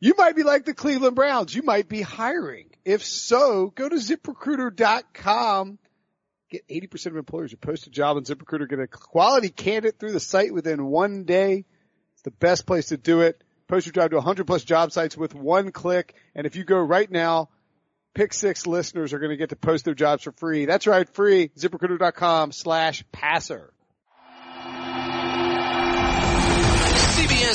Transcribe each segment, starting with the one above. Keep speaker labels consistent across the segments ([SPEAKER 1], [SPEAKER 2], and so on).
[SPEAKER 1] You might be like the Cleveland Browns. You might be hiring. If so, go to ziprecruiter.com. Get 80% of employers who post a job on ZipRecruiter get a quality candidate through the site within one day. It's the best place to do it. Post your job to 100 plus job sites with one click. And if you go right now, Pick Six listeners are going to get to post their jobs for free. That's right, free. ZipRecruiter.com slash passer.
[SPEAKER 2] CBS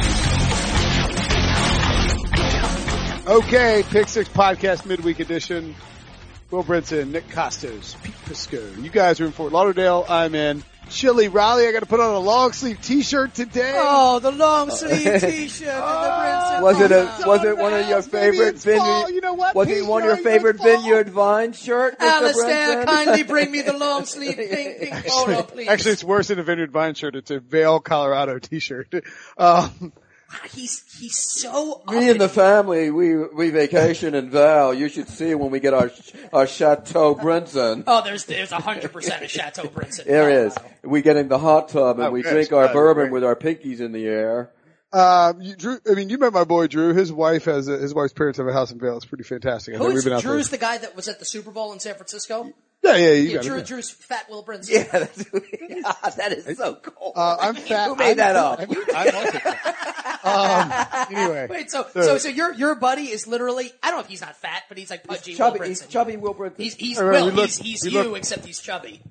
[SPEAKER 1] Okay, Pick Six Podcast Midweek Edition. Will Brinson, Nick Costos, Pete Pisco. You guys are in Fort Lauderdale. I'm in Chili Raleigh. I got to put on a long sleeve T-shirt today.
[SPEAKER 3] Oh, the long sleeve T-shirt. oh,
[SPEAKER 4] was it a was it one of your favorite vineyard?
[SPEAKER 1] You know what?
[SPEAKER 4] Was it
[SPEAKER 1] Pete,
[SPEAKER 4] one of
[SPEAKER 1] you're
[SPEAKER 4] your favorite
[SPEAKER 1] in fall.
[SPEAKER 4] vineyard vine shirt? Mr.
[SPEAKER 3] Alistair,
[SPEAKER 4] Brinson?
[SPEAKER 3] kindly bring me the long sleeve pink pink polo, please.
[SPEAKER 1] Actually, it's worse than a Vineyard Vine shirt. It's a Vail, Colorado T-shirt. Um,
[SPEAKER 3] Ah, he's he's so
[SPEAKER 4] Me and the family, we we vacation in Val. You should see when we get our our Chateau Brinson.
[SPEAKER 3] Oh, there's there's hundred percent of Chateau Brinson.
[SPEAKER 4] There is. We get in the hot tub and
[SPEAKER 1] Oh,
[SPEAKER 4] we
[SPEAKER 1] good.
[SPEAKER 4] drink our
[SPEAKER 1] Oh,
[SPEAKER 4] bourbon
[SPEAKER 1] great.
[SPEAKER 4] with our pinkies in the air.
[SPEAKER 1] um, you, Drew, I mean, you met my boy Drew. His wife has a, his wife's parents have a house in Vail. It's pretty fantastic. I know
[SPEAKER 3] Who
[SPEAKER 1] we've
[SPEAKER 3] is
[SPEAKER 1] been out
[SPEAKER 3] Drew's the guy that was at the Super Bowl in San Francisco?
[SPEAKER 1] there. Yeah, yeah, you
[SPEAKER 3] Yeah,
[SPEAKER 1] got it.
[SPEAKER 3] Drew,
[SPEAKER 1] yeah.
[SPEAKER 3] Drew's fat Will Brinson.
[SPEAKER 4] Yeah, that's, yeah, that is so cool.
[SPEAKER 1] Uh, I'm fat.
[SPEAKER 4] Who made
[SPEAKER 1] I'm-
[SPEAKER 4] that up?
[SPEAKER 1] I'm, I'm also fat. Um, anyway.
[SPEAKER 3] Wait, so so so your your buddy is literally I don't know if he's not fat, but he's like pudgy
[SPEAKER 4] chubby,
[SPEAKER 3] Will
[SPEAKER 4] he's
[SPEAKER 3] Brinson.
[SPEAKER 4] chubby Will Brinson.
[SPEAKER 3] He's he's
[SPEAKER 1] All right,
[SPEAKER 3] Will.
[SPEAKER 1] we look-
[SPEAKER 3] he's he's
[SPEAKER 1] we
[SPEAKER 3] you
[SPEAKER 1] look-
[SPEAKER 3] except he's chubby.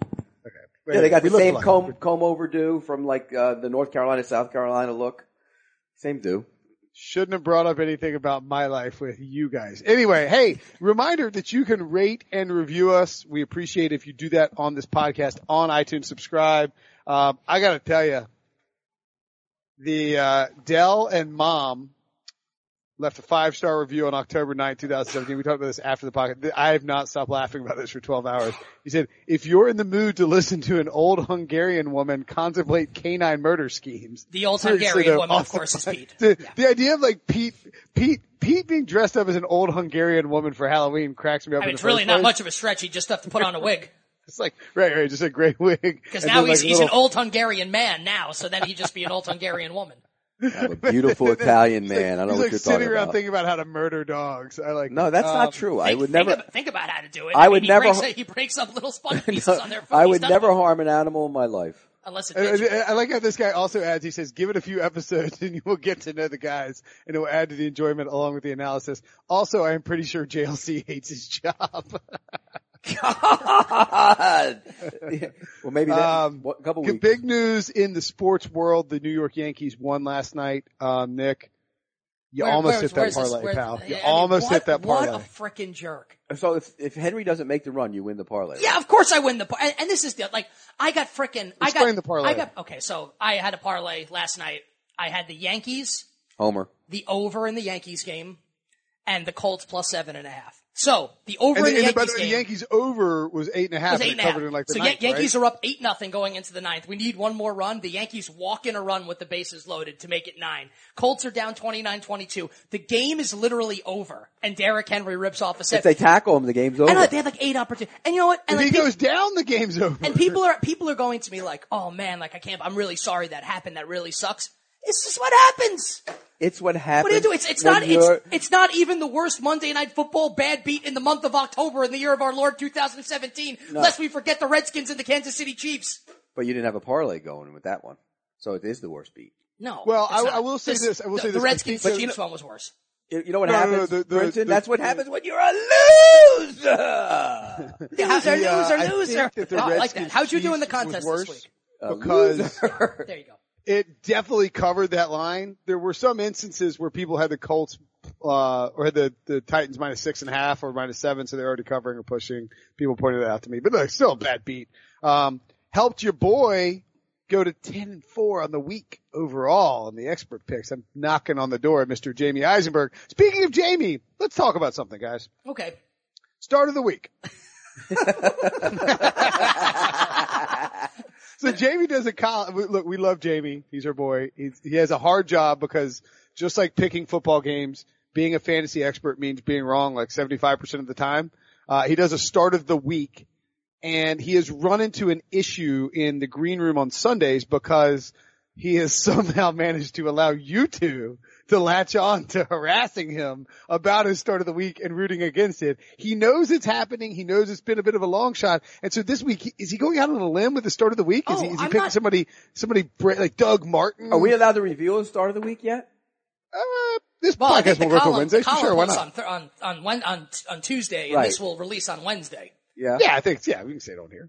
[SPEAKER 4] yeah, they got
[SPEAKER 1] We
[SPEAKER 4] the
[SPEAKER 1] look
[SPEAKER 4] same
[SPEAKER 1] alike.
[SPEAKER 4] comb comb overdue from like uh, the North Carolina South Carolina look. Same do.
[SPEAKER 1] Shouldn't have brought up anything about my life with you guys. Anyway, hey, reminder that you can rate and review us. We appreciate if you do that on this podcast on iTunes. Subscribe. Um, I gotta tell you, the uh, Dell and Mom left a five star review on October 9th, 2017. We talked about this after the podcast. I have not stopped laughing about this for 12 hours. He said, "If you're in the mood to listen to an old Hungarian woman contemplate canine murder schemes."
[SPEAKER 3] The old
[SPEAKER 1] Seriously,
[SPEAKER 3] Hungarian
[SPEAKER 1] though,
[SPEAKER 3] woman, of
[SPEAKER 1] awesome.
[SPEAKER 3] course, is Pete.
[SPEAKER 1] The, the idea of like Pete, Pete, Pete being dressed up as an old Hungarian woman for Halloween cracks me up.
[SPEAKER 3] I
[SPEAKER 1] in
[SPEAKER 3] mean,
[SPEAKER 1] the
[SPEAKER 3] it's really
[SPEAKER 1] first
[SPEAKER 3] not
[SPEAKER 1] place.
[SPEAKER 3] much of a stretch. He just have to put on a wig.
[SPEAKER 1] It's like right, right, just a great wig.
[SPEAKER 3] Because
[SPEAKER 1] And
[SPEAKER 3] now
[SPEAKER 1] then,
[SPEAKER 3] he's,
[SPEAKER 1] like,
[SPEAKER 3] he's an
[SPEAKER 1] little-
[SPEAKER 3] old Hungarian man now, so then he'd just be an old Hungarian woman.
[SPEAKER 4] I'm a beautiful Italian man. I don't know
[SPEAKER 1] He's
[SPEAKER 4] what
[SPEAKER 1] like
[SPEAKER 4] you're
[SPEAKER 1] sitting
[SPEAKER 4] talking
[SPEAKER 1] around
[SPEAKER 4] about.
[SPEAKER 1] thinking about how to murder dogs. I like.
[SPEAKER 4] No, that's
[SPEAKER 1] um,
[SPEAKER 4] not true. I
[SPEAKER 3] Think-
[SPEAKER 4] would
[SPEAKER 3] think
[SPEAKER 4] never.
[SPEAKER 3] ab- think about how to do it.
[SPEAKER 4] I
[SPEAKER 3] I mean,
[SPEAKER 4] would
[SPEAKER 3] he
[SPEAKER 4] never
[SPEAKER 3] Breaks,
[SPEAKER 4] ho-
[SPEAKER 3] he breaks up little sponge pieces on their food.
[SPEAKER 4] I
[SPEAKER 3] He's
[SPEAKER 4] would
[SPEAKER 3] done
[SPEAKER 4] never
[SPEAKER 3] with it.
[SPEAKER 4] harm an animal in my life.
[SPEAKER 3] Unless it
[SPEAKER 1] I,
[SPEAKER 3] makes you-
[SPEAKER 1] I- I like how this guy also adds. He says, "Give it a few episodes, and you will get to know the guys, and it will add to the enjoyment along with the analysis." Also, I am pretty sure JLC hates his job.
[SPEAKER 4] God. well, maybe that,
[SPEAKER 1] Um,
[SPEAKER 4] what, couple
[SPEAKER 1] Good-
[SPEAKER 4] weeks.
[SPEAKER 1] Big news in the sports world: the New York Yankees won last night. Um, Nick, you
[SPEAKER 3] Where-
[SPEAKER 1] almost
[SPEAKER 3] where-
[SPEAKER 1] hit
[SPEAKER 3] where's
[SPEAKER 1] that
[SPEAKER 3] this-
[SPEAKER 1] parlay,
[SPEAKER 3] where-
[SPEAKER 1] pal.
[SPEAKER 3] I
[SPEAKER 1] You
[SPEAKER 3] mean,
[SPEAKER 1] almost
[SPEAKER 3] what-
[SPEAKER 1] hit that parlay.
[SPEAKER 3] What a freaking jerk.
[SPEAKER 4] so if, if Henry doesn't make the run, you win the parlay.
[SPEAKER 3] Yeah, of course I win the par- and, and this is the like I got frickin' I
[SPEAKER 1] Explain
[SPEAKER 3] got
[SPEAKER 1] the parlay.
[SPEAKER 3] I got okay, so I had a parlay last night. I had the Yankees,
[SPEAKER 4] Homer.
[SPEAKER 3] the over in the Yankees game, and the Colts plus seven and a half. So the over
[SPEAKER 1] and
[SPEAKER 3] in the
[SPEAKER 1] the, and by
[SPEAKER 3] Yankees
[SPEAKER 1] the, way,
[SPEAKER 3] game
[SPEAKER 1] the Yankees over was eight and a half.
[SPEAKER 3] was eight
[SPEAKER 1] and it
[SPEAKER 3] and a
[SPEAKER 1] covered
[SPEAKER 3] half.
[SPEAKER 1] in like the
[SPEAKER 3] so
[SPEAKER 1] ninth,
[SPEAKER 3] Yan- Yankees
[SPEAKER 1] right?
[SPEAKER 3] are up eight nothing going into the ninth. We need one more run. The Yankees walk in a run with the bases loaded to make it nine. Colts are down 29-22. The game is literally over, and Derrick Henry rips off a
[SPEAKER 4] If
[SPEAKER 3] set.
[SPEAKER 4] they tackle him, the game's over.
[SPEAKER 3] I know they had like eight opportunities, and you know what? And
[SPEAKER 1] If
[SPEAKER 3] like,
[SPEAKER 1] he
[SPEAKER 3] people-
[SPEAKER 1] goes down, the game's over.
[SPEAKER 3] and people are people are going to me like, "Oh man, like I can't. I'm really sorry that happened. That really sucks." It's just what happens.
[SPEAKER 4] it's what happens.
[SPEAKER 3] What do you do? It's it's
[SPEAKER 4] when
[SPEAKER 3] not it's,
[SPEAKER 4] you're-
[SPEAKER 3] it's not even the worst Monday Night Football bad beat in the month of October in the year of our Lord 2017. Lest we forget the Redskins and the Kansas City Chiefs.
[SPEAKER 4] but you didn't have a parlay going with that one. So it is the worst beat.
[SPEAKER 3] No.
[SPEAKER 1] Well,
[SPEAKER 3] it's
[SPEAKER 1] I-
[SPEAKER 3] not.
[SPEAKER 1] I will say this, I will
[SPEAKER 3] the,
[SPEAKER 1] say
[SPEAKER 3] the
[SPEAKER 1] this, I
[SPEAKER 3] Redskins
[SPEAKER 1] think
[SPEAKER 3] Chiefs
[SPEAKER 1] that-
[SPEAKER 3] one was worse.
[SPEAKER 4] You, you know what
[SPEAKER 1] No, no, no,
[SPEAKER 4] happens,
[SPEAKER 1] the- the-
[SPEAKER 4] Brinson?
[SPEAKER 1] the-
[SPEAKER 4] That's what happens when you're a loser.
[SPEAKER 3] Loser,
[SPEAKER 1] The, uh,
[SPEAKER 3] loser,
[SPEAKER 1] I
[SPEAKER 3] loser.
[SPEAKER 1] think that the
[SPEAKER 3] Oh, I like
[SPEAKER 1] Redskins
[SPEAKER 3] that. How'd you do in the
[SPEAKER 1] Chiefs was
[SPEAKER 3] contest
[SPEAKER 1] worse
[SPEAKER 3] this week?
[SPEAKER 1] Because
[SPEAKER 3] There you go.
[SPEAKER 1] it definitely covered that line. There were some instances where people had the Colts, uh, or had the, the Titans minus six and a half or minus seven, so they're already covering or pushing. People pointed that out to me, but look, still a bad beat. Um, helped your boy go to 10 and four on the week overall on the expert picks. I'm knocking on the door of Mr. Jamie Eisenberg. Speaking of Jamie, let's talk about something guys.
[SPEAKER 3] Okay.
[SPEAKER 1] Start of the week. so Jamie does a column. Look, we love Jamie. He's our boy. He's, he has a hard job because just like picking football games, being a fantasy expert means being wrong like 75% of the time. Uh, he does a start of the week and he has run into an issue in the green room on Sundays because he has somehow managed to allow you two to latch on to harassing him about his start of the week and rooting against it. He knows it's happening. He knows it's been a bit of a long shot. And so this week, he- is he going out on a limb with the start of the week? Is
[SPEAKER 3] Oh,
[SPEAKER 1] he, is he
[SPEAKER 3] I'm
[SPEAKER 1] picking
[SPEAKER 3] not-
[SPEAKER 1] somebody, somebody bra- like Doug Martin?
[SPEAKER 5] Are we allowed to review on start of the week yet?
[SPEAKER 1] Uh, this
[SPEAKER 3] Well, I think
[SPEAKER 1] podcast
[SPEAKER 3] the
[SPEAKER 1] will work on
[SPEAKER 3] column-
[SPEAKER 1] Wednesday.
[SPEAKER 3] column
[SPEAKER 1] Sure, why
[SPEAKER 3] was
[SPEAKER 1] not?
[SPEAKER 3] On, th- on, on, Wen- on, on Tuesday, and
[SPEAKER 5] Right.
[SPEAKER 3] this will release on Wednesday.
[SPEAKER 5] Yeah.
[SPEAKER 1] Yeah, I think, yeah, we can say it on here.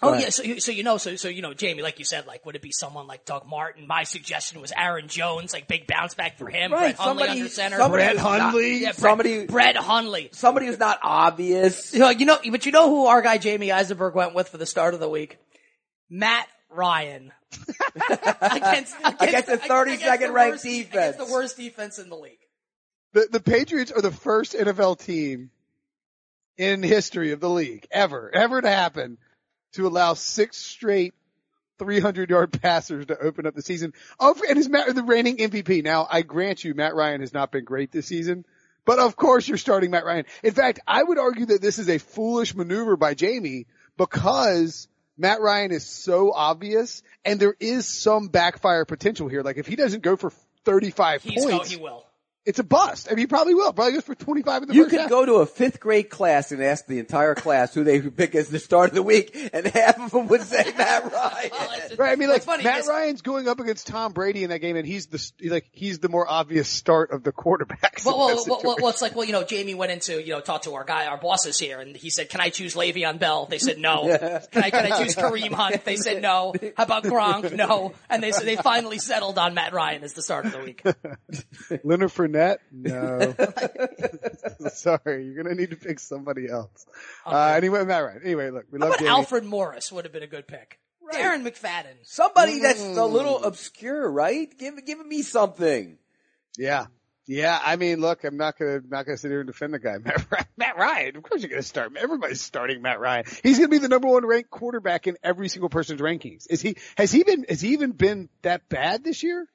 [SPEAKER 3] Oh yeah, so you, so you know, so so you know, Jamie, like you said, like would it be someone like Doug Martin? My suggestion was Aaron Jones, like big bounce back for him. Brett
[SPEAKER 5] Right,
[SPEAKER 3] Hundley
[SPEAKER 5] somebody-
[SPEAKER 3] under center.
[SPEAKER 5] somebody-
[SPEAKER 1] Brett Hundley?
[SPEAKER 3] yeah, Brett,
[SPEAKER 5] somebody-
[SPEAKER 3] Brett Hundley.
[SPEAKER 5] Somebody who's not obvious.
[SPEAKER 3] You know, you know, but you know who our guy Jamie Eisenberg went with for the start of the week? Matt Ryan. against, against,
[SPEAKER 5] Against the 32nd ranked
[SPEAKER 3] worst-
[SPEAKER 5] defense.
[SPEAKER 3] Against the worst defense in the league.
[SPEAKER 1] The, the Patriots are the first NFL team in history of the league ever, ever to happen to allow six straight 300 yard passers to open up the season. Of, and is Matt the reigning MVP. Now I grant you Matt Ryan has not been great this season, but of course you're starting Matt Ryan. In fact, I would argue that this is a foolish maneuver by Jamie because Matt Ryan is so obvious and there is some backfire potential here. Like if he doesn't go for 35
[SPEAKER 3] He's
[SPEAKER 1] points
[SPEAKER 3] go, he will.
[SPEAKER 1] it's a bust. I mean, he probably will. Probably goes for 25 in the
[SPEAKER 5] You
[SPEAKER 1] first
[SPEAKER 5] could
[SPEAKER 1] half.
[SPEAKER 5] go to a fifth grade class and ask the entire class who they pick as the start of the week, and half of them would say Matt
[SPEAKER 3] Well,
[SPEAKER 5] Ryan.
[SPEAKER 3] it's-
[SPEAKER 1] Right, I mean,
[SPEAKER 3] what's
[SPEAKER 1] like
[SPEAKER 3] funny
[SPEAKER 1] Matt
[SPEAKER 3] is-
[SPEAKER 1] Ryan's going up against Tom Brady in that game, and he's the s- like he's the more obvious start of the quarterbacks. in
[SPEAKER 3] Well,
[SPEAKER 1] that
[SPEAKER 3] well, well, well,
[SPEAKER 1] situation.
[SPEAKER 3] well, it's like, well, you know, Jamie went into, you know, talked to our guy, our bosses here, and he said, can I choose Le'Veon Bell? They said no. Can, I, can I choose Kareem Hunt? They said no. How about Gronk? No. And they said they finally settled on Matt Ryan as the start of the week.
[SPEAKER 1] Leonard Fournette, no. Sorry, you're gonna need to pick somebody else. Uh, anyway, Matt Ryan. Anyway, look, we
[SPEAKER 3] How
[SPEAKER 1] love
[SPEAKER 3] about
[SPEAKER 1] Jamie.
[SPEAKER 3] Alfred Morris would have been a good pick. Darren McFadden.
[SPEAKER 5] Somebody that's a
[SPEAKER 3] Hmm.
[SPEAKER 5] little obscure, right? Give give me something.
[SPEAKER 1] Yeah, yeah. I mean, look, I'm not gonna not gonna sit here and defend the guy, Matt Ryan. Matt Ryan. Of course, you're gonna start. Everybody's starting Matt Ryan. He's gonna be the number one ranked quarterback in every single person's rankings. Is he? Has he been? Has he even been that bad this year?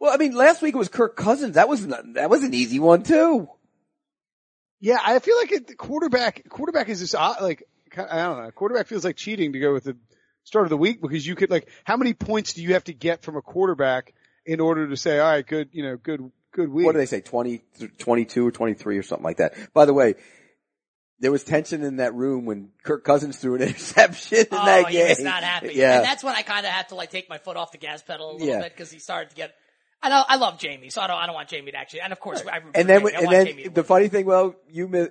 [SPEAKER 5] Well, I mean, last week it was Kirk Cousins. That was not, that was an easy one too.
[SPEAKER 1] Yeah, I feel like it, quarterback quarterback is just uh, like ki- I don't know. Quarterback feels like cheating to go with the start of the week because you could like how many points do you have to get from a quarterback in order to say all right, good, you know, good good week.
[SPEAKER 5] What do they say? 20, 22 or 23 or something like that. By the way, there was tension in that room when Kirk Cousins threw an interception in
[SPEAKER 3] Oh,
[SPEAKER 5] that game.
[SPEAKER 3] he was not happy.
[SPEAKER 5] Yeah.
[SPEAKER 3] And that's when I kind of had to like take my foot off the gas pedal a little
[SPEAKER 5] Yeah.
[SPEAKER 3] bit because he started to get, I know, I love Jamie, so I don't, I don't want Jamie to actually, and of course, I root for
[SPEAKER 5] And then,
[SPEAKER 3] Jamie. I
[SPEAKER 5] and
[SPEAKER 3] want
[SPEAKER 5] then
[SPEAKER 3] Jamie to
[SPEAKER 5] the
[SPEAKER 3] win.
[SPEAKER 5] funny thing, well, you, mi-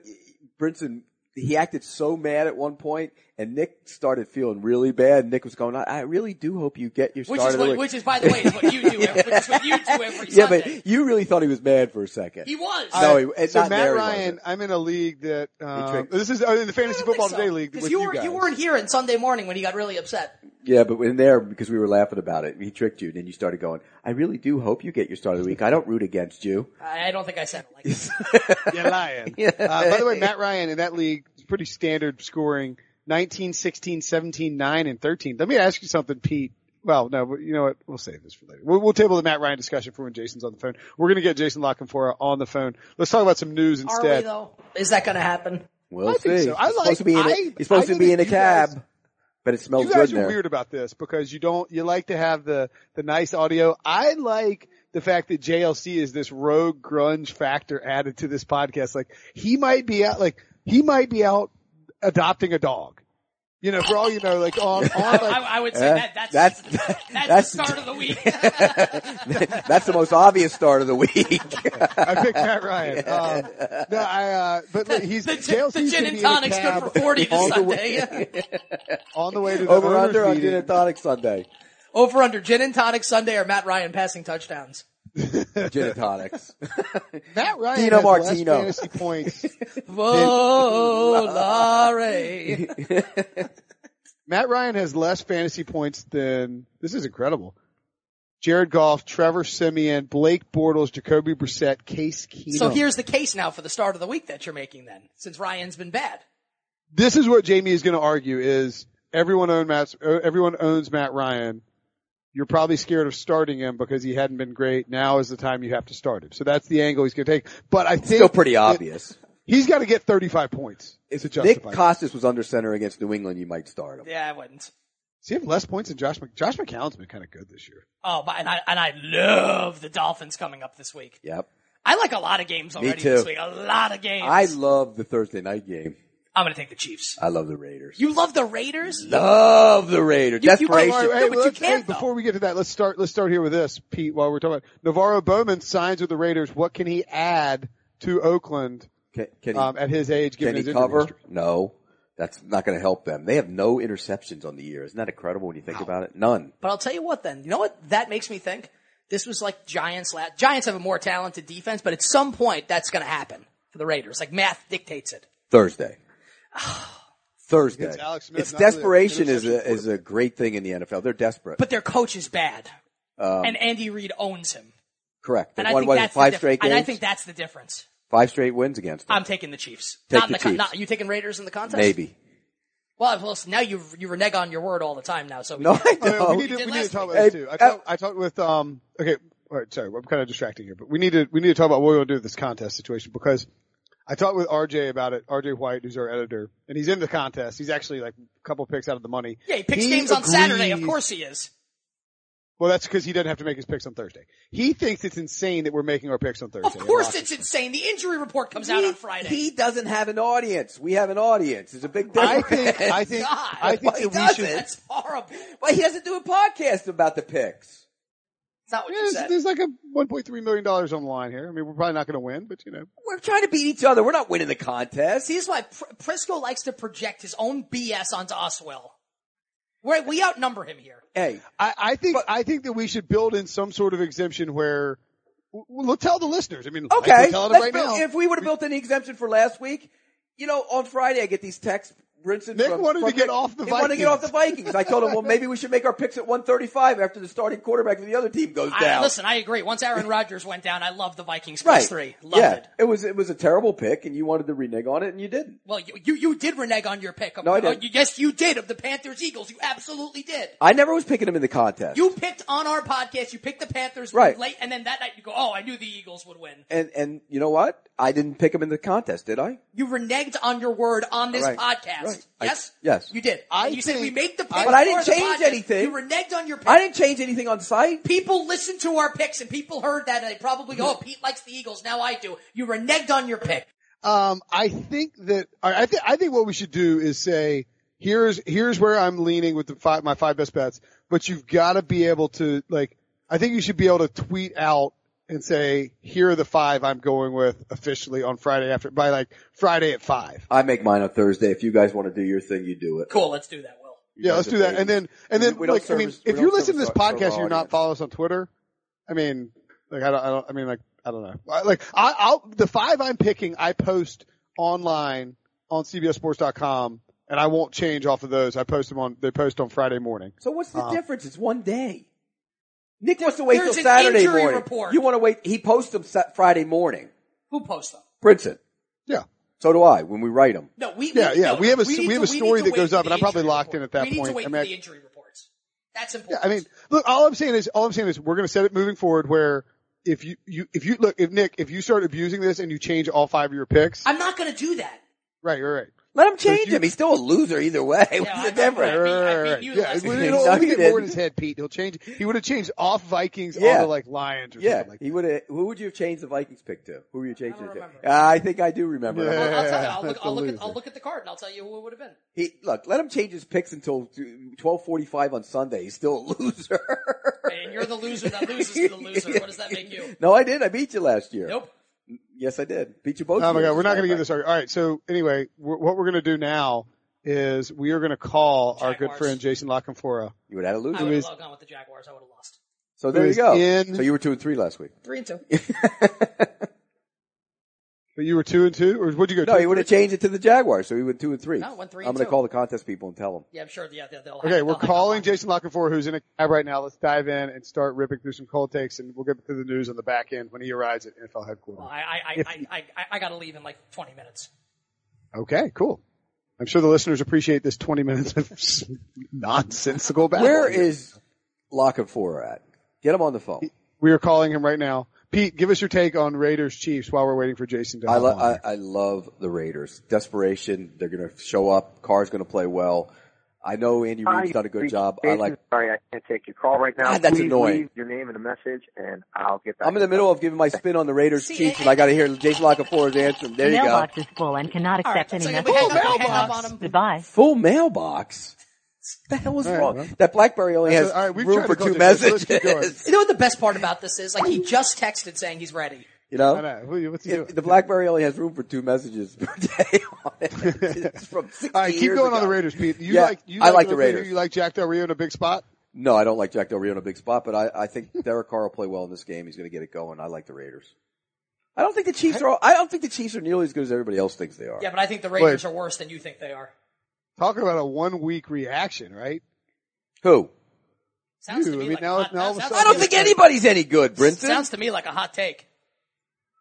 [SPEAKER 5] Brinson, he acted so mad at one point, and Nick started feeling really bad. Nick was going, "I, I really do hope you get your
[SPEAKER 3] which
[SPEAKER 5] start
[SPEAKER 3] is
[SPEAKER 5] of the
[SPEAKER 3] what,
[SPEAKER 5] week."
[SPEAKER 3] which is by the way, is what you do, every, which is what you do every
[SPEAKER 5] yeah,
[SPEAKER 3] Sunday.
[SPEAKER 5] but you really thought he was mad for a second.
[SPEAKER 3] He was.
[SPEAKER 5] No, he, it's
[SPEAKER 1] Uh, so
[SPEAKER 5] not
[SPEAKER 1] Matt
[SPEAKER 5] there, he
[SPEAKER 1] Ryan,
[SPEAKER 5] wasn't.
[SPEAKER 1] I'm in a league that um,
[SPEAKER 5] tricked-
[SPEAKER 1] this is uh, in the fantasy football today league
[SPEAKER 3] Because
[SPEAKER 1] with
[SPEAKER 3] you,
[SPEAKER 1] you
[SPEAKER 3] were,
[SPEAKER 1] guys.
[SPEAKER 3] you weren't here on Sunday morning when he got really upset.
[SPEAKER 5] Yeah, but in there because we were laughing about it, he tricked you, and then you started going, "I really do hope you get your start of the week. I don't root against you."
[SPEAKER 3] I, I don't think I said it like that.
[SPEAKER 1] You're lying. Uh, by the way, Matt Ryan in that league is pretty standard scoring 19, 16, 17, 9, and 13. Let me ask you something, Pete. Well, no, but you know what? We'll save this for later. We'll, we'll table the Matt Ryan discussion for when Jason's on the phone. We're going to get Jason Lockenfora on the phone. Let's talk about some news
[SPEAKER 3] Are we
[SPEAKER 1] instead.
[SPEAKER 3] though? Is that going to happen?
[SPEAKER 5] We'll
[SPEAKER 1] I
[SPEAKER 5] see.
[SPEAKER 1] think so. I
[SPEAKER 5] He's
[SPEAKER 1] like-
[SPEAKER 5] supposed to be in a,
[SPEAKER 1] I-
[SPEAKER 5] he's supposed
[SPEAKER 1] I
[SPEAKER 5] to be
[SPEAKER 1] think
[SPEAKER 5] in a
[SPEAKER 1] you guys-
[SPEAKER 5] cab, but it smells
[SPEAKER 1] You guys
[SPEAKER 5] Oh, good
[SPEAKER 1] are
[SPEAKER 5] in there.
[SPEAKER 1] weird about this because you don't, you like to have the, the nice audio. I like the fact that JLC is this rogue grunge factor added to this podcast. Like he might be out, like he might be out adopting a dog. You know, for all you know, like on, on like,
[SPEAKER 3] I, I would say
[SPEAKER 5] Yeah,
[SPEAKER 3] that that's
[SPEAKER 5] eh? that's-
[SPEAKER 3] that's,
[SPEAKER 5] that's-
[SPEAKER 3] the start of the week.
[SPEAKER 5] That's the most obvious start of the week.
[SPEAKER 1] I picked Matt Ryan. Um, no, I. Uh, but look, he's
[SPEAKER 3] the,
[SPEAKER 1] JLC
[SPEAKER 3] the gin
[SPEAKER 1] should
[SPEAKER 3] and
[SPEAKER 1] be in a
[SPEAKER 3] tonic's good
[SPEAKER 1] cab
[SPEAKER 3] for forty
[SPEAKER 1] on
[SPEAKER 3] this
[SPEAKER 1] the way-
[SPEAKER 3] Sunday.
[SPEAKER 1] on the way to the
[SPEAKER 5] Over
[SPEAKER 1] owners
[SPEAKER 5] under on
[SPEAKER 1] meeting.
[SPEAKER 5] Gin and Tonic Sunday.
[SPEAKER 3] Over under gin and tonic Sunday or Matt Ryan passing touchdowns.
[SPEAKER 5] Gin and Tonics.
[SPEAKER 1] Matt Ryan
[SPEAKER 5] Dino
[SPEAKER 1] has
[SPEAKER 5] Martino.
[SPEAKER 1] less fantasy points.
[SPEAKER 3] Volare.
[SPEAKER 1] Matt Ryan has less fantasy points than this is incredible. Jared Goff, Trevor Simeon, Blake Bortles, Jacoby Brissett, Case Keenum.
[SPEAKER 3] so here's the case now for the start of the week that you're making then, since Ryan's been bad.
[SPEAKER 1] this is what Jamie is going to argue is everyone owned Matt, everyone owns Matt Ryan. You're probably scared of starting him because he hadn't been great. Now is the time you have to start him. So that's the angle he's going to take. But I think
[SPEAKER 5] Still pretty obvious.
[SPEAKER 1] he's got to get 35 points
[SPEAKER 5] If
[SPEAKER 1] to
[SPEAKER 5] Nick
[SPEAKER 1] justify. it.
[SPEAKER 5] Costas was under center against New England, you might start him.
[SPEAKER 3] Yeah, I wouldn't.
[SPEAKER 1] Does he have less points than Josh? Mc- Josh McCown's been kind of good this year.
[SPEAKER 3] Oh, but and I and I love the Dolphins coming up this week.
[SPEAKER 5] Yep.
[SPEAKER 3] I like a lot of games already
[SPEAKER 5] too.
[SPEAKER 3] this week. A lot of games.
[SPEAKER 5] I love the Thursday night game.
[SPEAKER 3] I'm gonna take the Chiefs.
[SPEAKER 5] I love the Raiders.
[SPEAKER 3] You love the Raiders?
[SPEAKER 5] Love the Raiders.
[SPEAKER 3] you-
[SPEAKER 5] Desperation.
[SPEAKER 3] All right, No, but you
[SPEAKER 1] let's-
[SPEAKER 3] can't, though.
[SPEAKER 1] before we get to that, let's start. Let's start here with this, Pete. While we're talking about Navarro Bowman signs with the Raiders, what can he add to Oakland
[SPEAKER 5] Can, can he,
[SPEAKER 1] um, at his age? Given
[SPEAKER 5] can he
[SPEAKER 1] his injury
[SPEAKER 5] cover?
[SPEAKER 1] history?
[SPEAKER 5] No. That's not going to help them. They have no interceptions on the year. Isn't that incredible when you think about it? None.
[SPEAKER 3] But I'll tell you what then. You know what that makes me think? This was like Giants last Giants have a more talented defense, but at some point that's gonna happen for the Raiders. Like math dictates it.
[SPEAKER 5] Thursday. Thursday.
[SPEAKER 1] It's Alex Smith,
[SPEAKER 5] It's
[SPEAKER 1] not really an
[SPEAKER 5] desperation is a,
[SPEAKER 1] interception
[SPEAKER 5] is a great thing in the NFL. They're desperate.
[SPEAKER 3] But their coach is bad. and Andy Reid owns him.
[SPEAKER 5] Correct. They
[SPEAKER 3] And I
[SPEAKER 5] won
[SPEAKER 3] think
[SPEAKER 5] what,
[SPEAKER 3] that's the
[SPEAKER 5] five
[SPEAKER 3] diff-
[SPEAKER 5] straight games.
[SPEAKER 3] And I think Um, that's the difference.
[SPEAKER 5] five straight wins against them.
[SPEAKER 3] I'm taking the Chiefs.
[SPEAKER 5] Take
[SPEAKER 3] not in
[SPEAKER 5] the
[SPEAKER 3] the con-
[SPEAKER 5] Chiefs.
[SPEAKER 3] not- you taking Raiders in the contest?
[SPEAKER 5] Maybe.
[SPEAKER 3] Well, well, so now you you renege on your word all the time now. So we
[SPEAKER 5] No,
[SPEAKER 3] can't-
[SPEAKER 5] I
[SPEAKER 1] Oh, yeah,
[SPEAKER 5] don't.
[SPEAKER 1] we need to,
[SPEAKER 3] did
[SPEAKER 1] we
[SPEAKER 3] last
[SPEAKER 1] need to talk about this
[SPEAKER 5] week.
[SPEAKER 1] too. I, talked-
[SPEAKER 5] Uh,
[SPEAKER 1] I talked with um. Okay, all right, sorry, I'm kind of distracting here, but we need to we need to talk about what we're going to do with this contest situation because I talked with RJ about it. RJ White, who's our editor, and he's in the contest. He's actually like a couple picks out of the money.
[SPEAKER 3] Yeah, he picks games on Saturday. Of course he is.
[SPEAKER 1] Well, that's because he doesn't have to make his picks on Thursday. He thinks it's insane that we're making our picks on Thursday.
[SPEAKER 3] Of course it's insane. The injury report comes out on Friday.
[SPEAKER 5] He doesn't have an audience. We have an audience. It's a big
[SPEAKER 1] I
[SPEAKER 5] difference.
[SPEAKER 1] think I think
[SPEAKER 3] God,
[SPEAKER 1] I think
[SPEAKER 5] why
[SPEAKER 1] that we
[SPEAKER 5] doesn't?
[SPEAKER 1] should.
[SPEAKER 3] That's horrible.
[SPEAKER 5] Why he doesn't do a podcast about the picks?
[SPEAKER 3] It's not what you
[SPEAKER 1] There's,
[SPEAKER 3] said.
[SPEAKER 1] there's like a 1.3 million dollars on the line here. I mean, we're probably not going to win, but you know,
[SPEAKER 5] We're trying to beat each other. We're not winning the contest.
[SPEAKER 3] See, this is why Pr- Prisco likes to project his own BS onto us. Will we we outnumber him here?
[SPEAKER 5] Hey,
[SPEAKER 1] I, I think I think that we should build in some sort of exemption where w- we'll tell the listeners. I mean, like
[SPEAKER 5] okay.
[SPEAKER 1] we're telling them right
[SPEAKER 5] let's build-
[SPEAKER 1] now.
[SPEAKER 5] If we would have built an exemption for last week, you know, on Friday I get these texts. Brinson
[SPEAKER 1] Nick
[SPEAKER 5] from,
[SPEAKER 1] wanted
[SPEAKER 5] from
[SPEAKER 1] to get
[SPEAKER 5] Nick-
[SPEAKER 1] off the
[SPEAKER 5] he wanted to get
[SPEAKER 1] Vikings.
[SPEAKER 5] off the Vikings. I told him, well, maybe we should make our picks at 135 after the starting quarterback of the other team goes
[SPEAKER 3] I,
[SPEAKER 5] down.
[SPEAKER 3] listen, I agree. Once Aaron Rodgers went down, I love the Vikings plus three. Loved
[SPEAKER 5] yeah.
[SPEAKER 3] it.
[SPEAKER 5] was it was a terrible pick, and you wanted to renege on it, and you didn't.
[SPEAKER 3] Well, you, you you did renege on your pick. Of,
[SPEAKER 5] No, I
[SPEAKER 3] oh,
[SPEAKER 5] didn't.
[SPEAKER 3] you- yes, you did of the Panthers Eagles. You absolutely did.
[SPEAKER 5] I never was picking him in the contest.
[SPEAKER 3] You picked on our podcast. You picked the Panthers
[SPEAKER 5] Right.
[SPEAKER 3] late, and then that night you go, "Oh, I knew the Eagles would win."
[SPEAKER 5] and and you know what? I didn't pick him in the contest, did I?
[SPEAKER 3] You reneged on your word on this
[SPEAKER 5] Right.
[SPEAKER 3] podcast.
[SPEAKER 5] Right. I-
[SPEAKER 3] Yes,
[SPEAKER 5] yes.
[SPEAKER 3] you did.
[SPEAKER 1] I
[SPEAKER 3] And you said
[SPEAKER 1] think-
[SPEAKER 3] we made the pick,
[SPEAKER 5] But I didn't
[SPEAKER 3] for the
[SPEAKER 5] change
[SPEAKER 3] podcast.
[SPEAKER 5] anything.
[SPEAKER 3] You reneged on your pick.
[SPEAKER 5] I didn't change anything on site.
[SPEAKER 3] People listened to our picks, and people heard that, and they probably go, "Oh, Pete likes the Eagles." Now I do. You reneged on your pick.
[SPEAKER 1] Um, I think that I I think I think what we should do is say here's here's where I'm leaning with the five, my five best bets, but you've got to be able to like I think you should be able to tweet out and say here are the five I'm going with officially on Friday after by like Friday at five.
[SPEAKER 5] I make mine on Thursday. If you guys want to do your thing, you do it.
[SPEAKER 3] Cool. Let's do that. Will.
[SPEAKER 1] Yeah, let's do that. And then, and then,
[SPEAKER 5] We don't
[SPEAKER 1] like, I mean,
[SPEAKER 5] service- we
[SPEAKER 1] if
[SPEAKER 5] don't
[SPEAKER 1] you listen to this
[SPEAKER 5] service our-
[SPEAKER 1] podcast,
[SPEAKER 5] our
[SPEAKER 1] you're not
[SPEAKER 5] audience.
[SPEAKER 1] follow us on Twitter. I mean, like, I don't, I don't, I mean, like, I don't know. I- Like, I, I'll, the five I'm picking, I post online on CBSSports.com and I won't change off of those. I post them on, they post on Friday morning.
[SPEAKER 5] So what's the difference? It's one day. Nick wants to wait
[SPEAKER 3] There's
[SPEAKER 5] till
[SPEAKER 3] an
[SPEAKER 5] Saturday
[SPEAKER 3] injury
[SPEAKER 5] morning.
[SPEAKER 3] report.
[SPEAKER 5] You want to wait? He posts them sa- Friday morning.
[SPEAKER 3] Who posts them?
[SPEAKER 5] Princeton.
[SPEAKER 1] Yeah.
[SPEAKER 5] So do I when we write them.
[SPEAKER 3] No, we.
[SPEAKER 1] Yeah,
[SPEAKER 3] we,
[SPEAKER 1] yeah,
[SPEAKER 3] no,
[SPEAKER 1] we have a-
[SPEAKER 3] need
[SPEAKER 1] we have
[SPEAKER 3] to-
[SPEAKER 1] a
[SPEAKER 3] need
[SPEAKER 1] story
[SPEAKER 3] to
[SPEAKER 1] that
[SPEAKER 3] wait
[SPEAKER 1] goes
[SPEAKER 3] for
[SPEAKER 1] up,
[SPEAKER 3] the
[SPEAKER 1] and I'm probably
[SPEAKER 3] injury
[SPEAKER 1] locked in
[SPEAKER 3] report.
[SPEAKER 1] at that
[SPEAKER 3] we need to
[SPEAKER 1] point.
[SPEAKER 3] wait
[SPEAKER 1] I mean,
[SPEAKER 3] for
[SPEAKER 1] I-
[SPEAKER 3] the injury reports. That's
[SPEAKER 1] Yeah,
[SPEAKER 3] important.
[SPEAKER 1] I mean, look, all I'm saying is, all I'm saying is, we're going to set it moving forward where if you, you, if you look, if Nick, if you start abusing this and you change all five of your picks,
[SPEAKER 3] I'm not going to do that.
[SPEAKER 1] right, right, right.
[SPEAKER 5] Let him change him. He's still a loser either way.
[SPEAKER 3] I
[SPEAKER 5] what's the
[SPEAKER 3] know,
[SPEAKER 5] difference?
[SPEAKER 3] right. I beat- I beat
[SPEAKER 1] Right,
[SPEAKER 3] you
[SPEAKER 1] yeah,
[SPEAKER 3] last
[SPEAKER 1] it would-
[SPEAKER 3] week.
[SPEAKER 1] it'll
[SPEAKER 5] No,
[SPEAKER 1] only
[SPEAKER 5] you
[SPEAKER 1] get more in
[SPEAKER 5] didn't.
[SPEAKER 1] his head, Pete. He'll change. He would have changed off Vikings
[SPEAKER 5] Yeah.
[SPEAKER 1] onto like Lions or
[SPEAKER 5] Yeah,
[SPEAKER 1] something like that.
[SPEAKER 5] he would have. Who would you have changed the Vikings pick to? Who were you changing it to?
[SPEAKER 3] remember.
[SPEAKER 5] Uh, I think I do remember.
[SPEAKER 1] Yeah.
[SPEAKER 3] I'll, I'll tell you. I'll look,
[SPEAKER 1] that's
[SPEAKER 3] I'll,
[SPEAKER 1] a
[SPEAKER 3] look at,
[SPEAKER 1] loser.
[SPEAKER 3] I'll look at the card and I'll tell you who it would have been.
[SPEAKER 5] He look, let him change his picks until twelve forty-five on Sunday. He's still a loser.
[SPEAKER 3] And you're the loser that loses to the loser. What does that make you?
[SPEAKER 5] No, I did. I beat you last year.
[SPEAKER 3] Nope.
[SPEAKER 5] Yes, I did. Beat you both.
[SPEAKER 1] Oh my
[SPEAKER 5] years,
[SPEAKER 1] god, we're not
[SPEAKER 5] as
[SPEAKER 1] going to
[SPEAKER 5] a matter
[SPEAKER 1] give
[SPEAKER 5] of
[SPEAKER 1] this. All right, so anyway, we're, what we're going to do now is we are going to call our good
[SPEAKER 3] Jaguars.
[SPEAKER 1] friend Jason Lockenfora.
[SPEAKER 5] fact. You would have had a
[SPEAKER 3] I
[SPEAKER 5] loser.
[SPEAKER 3] would have
[SPEAKER 1] is-
[SPEAKER 3] logged on with the Jaguars. I would have lost.
[SPEAKER 5] So there
[SPEAKER 1] who
[SPEAKER 5] you
[SPEAKER 1] is
[SPEAKER 5] go.
[SPEAKER 1] in-
[SPEAKER 5] So you were two and three last week.
[SPEAKER 3] Three and two.
[SPEAKER 1] But you were two and two, or would you go?
[SPEAKER 5] No,
[SPEAKER 1] two
[SPEAKER 5] he
[SPEAKER 1] and
[SPEAKER 5] would have
[SPEAKER 1] three?
[SPEAKER 5] changed it to the Jaguars. So he went two and three.
[SPEAKER 3] No, went three
[SPEAKER 5] I'm
[SPEAKER 3] and
[SPEAKER 5] going
[SPEAKER 3] two.
[SPEAKER 5] to call the contest people and tell them.
[SPEAKER 3] Yeah, I'm sure. Yeah, they'll. they'll
[SPEAKER 1] Okay,
[SPEAKER 3] they'll
[SPEAKER 1] we're
[SPEAKER 3] have it
[SPEAKER 1] calling
[SPEAKER 3] on.
[SPEAKER 1] Jason Lockenfora, who's in a cab right now. Let's dive in and start ripping through some cold takes, and we'll get to the news on the back end when he arrives at NFL headquarters.
[SPEAKER 3] I I I I, I, I got to leave in like 20 minutes.
[SPEAKER 1] Okay, cool. I'm sure the listeners appreciate this 20 minutes of nonsensical babble.
[SPEAKER 5] Where is Lock and Four at? Get him on the phone.
[SPEAKER 1] we are calling him right now. Pete, give us your take on Raiders Chiefs while we're waiting for Jason to.
[SPEAKER 5] I,
[SPEAKER 1] hop
[SPEAKER 5] lo-
[SPEAKER 1] on
[SPEAKER 5] I,
[SPEAKER 1] here.
[SPEAKER 5] I love the Raiders. Desperation. They're going to show up. Carr's going to play well. I know Andy Reid's done a good job. I
[SPEAKER 6] Jason,
[SPEAKER 5] like.
[SPEAKER 6] Sorry, I can't take your call right now.
[SPEAKER 5] God, that's
[SPEAKER 6] Please
[SPEAKER 5] annoying.
[SPEAKER 6] Leave your name and a message, and I'll get back.
[SPEAKER 5] I'm in the middle of giving my spin on the Raiders
[SPEAKER 3] See,
[SPEAKER 5] Chiefs,
[SPEAKER 3] I-
[SPEAKER 5] and I got to hear Jason Lockefour's answer. There you go. Oh,
[SPEAKER 7] mailbox is full and cannot
[SPEAKER 3] All right,
[SPEAKER 7] accept
[SPEAKER 3] so
[SPEAKER 7] any
[SPEAKER 3] we
[SPEAKER 7] messages.
[SPEAKER 3] hang up, we hang up
[SPEAKER 7] Mailbox.
[SPEAKER 3] on him.
[SPEAKER 7] Goodbye.
[SPEAKER 5] Full mailbox. What the hell was
[SPEAKER 1] right,
[SPEAKER 5] wrong?
[SPEAKER 1] well.
[SPEAKER 5] That BlackBerry only
[SPEAKER 1] That's
[SPEAKER 5] has
[SPEAKER 1] it. All right, we've
[SPEAKER 5] room
[SPEAKER 1] tried
[SPEAKER 5] for
[SPEAKER 1] to go
[SPEAKER 5] two
[SPEAKER 1] to this, so let's keep
[SPEAKER 5] messages.
[SPEAKER 1] going.
[SPEAKER 3] You know what the best part about this is? Like he just texted saying he's ready.
[SPEAKER 1] I
[SPEAKER 5] You know,
[SPEAKER 1] know. Who- What's he
[SPEAKER 5] It-
[SPEAKER 1] doing?
[SPEAKER 5] the BlackBerry only has room for two messages per day. On it. It's from 60
[SPEAKER 1] All right, keep
[SPEAKER 5] years
[SPEAKER 1] going on
[SPEAKER 5] ago.
[SPEAKER 1] the Raiders, Pete. You
[SPEAKER 5] Yeah,
[SPEAKER 1] like? You
[SPEAKER 5] I like the
[SPEAKER 1] okay,
[SPEAKER 5] Raiders.
[SPEAKER 1] You like Jack Del Rio in a big spot?
[SPEAKER 5] No, I don't like Jack Del Rio in a big spot, but I, I think Derek Carr will play well in this game. He's going to get it going. I like the Raiders. I don't think the Chiefs are. All, I don't think the Chiefs are nearly as good as everybody else thinks they are.
[SPEAKER 3] Yeah, but I think the Raiders
[SPEAKER 1] Wait.
[SPEAKER 3] are worse than you think they are.
[SPEAKER 1] Talking about a one week reaction, right?
[SPEAKER 5] Who?
[SPEAKER 3] Sounds
[SPEAKER 1] You,
[SPEAKER 3] to me
[SPEAKER 1] I mean,
[SPEAKER 3] like
[SPEAKER 1] now-
[SPEAKER 3] a hot,
[SPEAKER 1] now all of a
[SPEAKER 3] sounds-
[SPEAKER 1] sudden-
[SPEAKER 5] I don't think anybody's any good, Brinson.
[SPEAKER 3] Sounds to me like a hot take.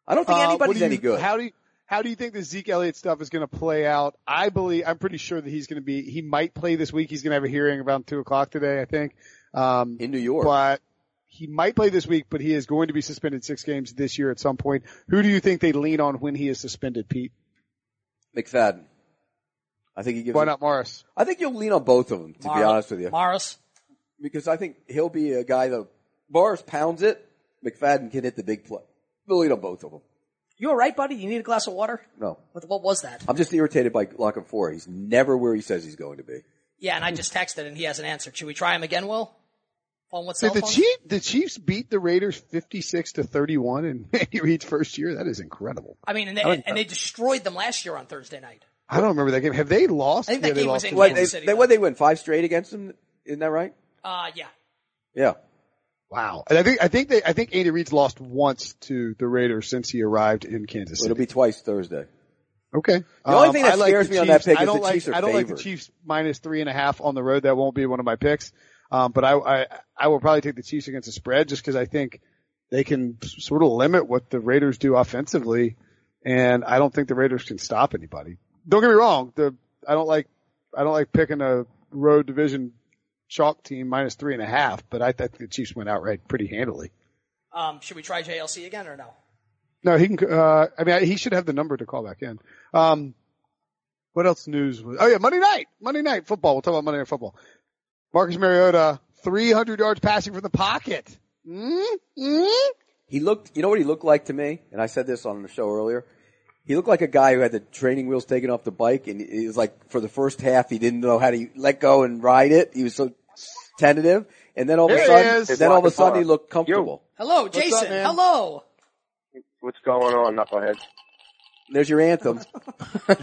[SPEAKER 5] I don't
[SPEAKER 1] Uh,
[SPEAKER 5] think
[SPEAKER 1] what
[SPEAKER 5] anybody's
[SPEAKER 1] do you-
[SPEAKER 5] any good.
[SPEAKER 1] How do you, how do you think the Zeke Elliott stuff is going to play out? I believe, I'm pretty sure that he's going to be, he might play this week. He's going to have a hearing around two o'clock today, I think. Um,
[SPEAKER 5] in New York,
[SPEAKER 1] but he might play this week, but he is going to be suspended six games this year at some point. Who do you think they lean on when he is suspended, Pete?
[SPEAKER 5] McFadden. I think he gives.
[SPEAKER 1] Why
[SPEAKER 5] them-
[SPEAKER 1] not Morris?
[SPEAKER 5] I think you'll lean on both of them to be
[SPEAKER 3] Morris-
[SPEAKER 5] honest with you,
[SPEAKER 3] Morris.
[SPEAKER 5] because I think he'll be a guy that Morris pounds it. McFadden can hit the big play. We'll lean on both of them.
[SPEAKER 3] You all right, buddy? You need a glass of water?
[SPEAKER 5] No,
[SPEAKER 3] What, what was that?
[SPEAKER 5] I'm just irritated by Lock and Four. He's never where he says he's going to be.
[SPEAKER 3] Yeah, and I just texted and he hasn't answered. Should we try him again, Will? On what cell
[SPEAKER 1] Did the
[SPEAKER 3] phone?
[SPEAKER 1] Chief, the Chiefs beat the Raiders 56 to 31 in Andy Reid's first year? That is incredible.
[SPEAKER 3] I mean, and they, and they
[SPEAKER 5] uh,
[SPEAKER 3] destroyed them last year on Thursday night.
[SPEAKER 1] I don't remember that game. Have they lost?
[SPEAKER 3] I think that
[SPEAKER 1] Yeah, they
[SPEAKER 3] game was
[SPEAKER 1] lost
[SPEAKER 3] in
[SPEAKER 1] to-
[SPEAKER 5] What they,
[SPEAKER 3] Kansas City,
[SPEAKER 5] they,
[SPEAKER 3] though.
[SPEAKER 5] what they win five straight against him? Isn't that right?
[SPEAKER 3] Uh, yeah.
[SPEAKER 5] Yeah.
[SPEAKER 1] Wow. And I think, I think they, I think Andy Reid's lost once to the Raiders since he arrived in Kansas City.
[SPEAKER 5] It'll be twice Thursday.
[SPEAKER 1] Okay. The
[SPEAKER 5] only thing that scares me on that pick is
[SPEAKER 1] I don't
[SPEAKER 5] the
[SPEAKER 1] like,
[SPEAKER 5] Chiefs are
[SPEAKER 1] I don't like
[SPEAKER 5] favored.
[SPEAKER 1] the Chiefs minus three and a half on the road. That won't be one of my picks. Um, but I, I, I will probably take the Chiefs against the spread just because I think they can s- sort of limit what the Raiders do offensively. And I don't think the Raiders can stop anybody. Don't get me wrong. The, I don't like, I don't like picking a road division chalk team minus three and a half, but I think the Chiefs went outright pretty handily.
[SPEAKER 3] Um, should we try JLC again or no?
[SPEAKER 1] No, he can. Uh, I mean, he should have the number to call back in. Um, what else news? Was, oh yeah, Monday night, Monday night football. We'll talk about Monday night football. Marcus Mariota, 300 yards passing from the pocket. Mm, mm.
[SPEAKER 5] He looked, you know what he looked like to me? And I said this on the show earlier. He looked like a guy who had the training wheels taken off the bike and it was like for the first half he didn't know how to let go and ride it. He was so tentative. And then all of
[SPEAKER 1] There
[SPEAKER 5] a
[SPEAKER 1] he
[SPEAKER 5] sudden,
[SPEAKER 1] is.
[SPEAKER 5] then all of a
[SPEAKER 6] It's like a
[SPEAKER 5] sudden he
[SPEAKER 6] bar.
[SPEAKER 5] looked comfortable.
[SPEAKER 3] Hello,
[SPEAKER 1] up,
[SPEAKER 3] Jason.
[SPEAKER 1] man?
[SPEAKER 3] Hello.
[SPEAKER 6] What's going on, knucklehead?
[SPEAKER 5] There's your anthem.
[SPEAKER 1] I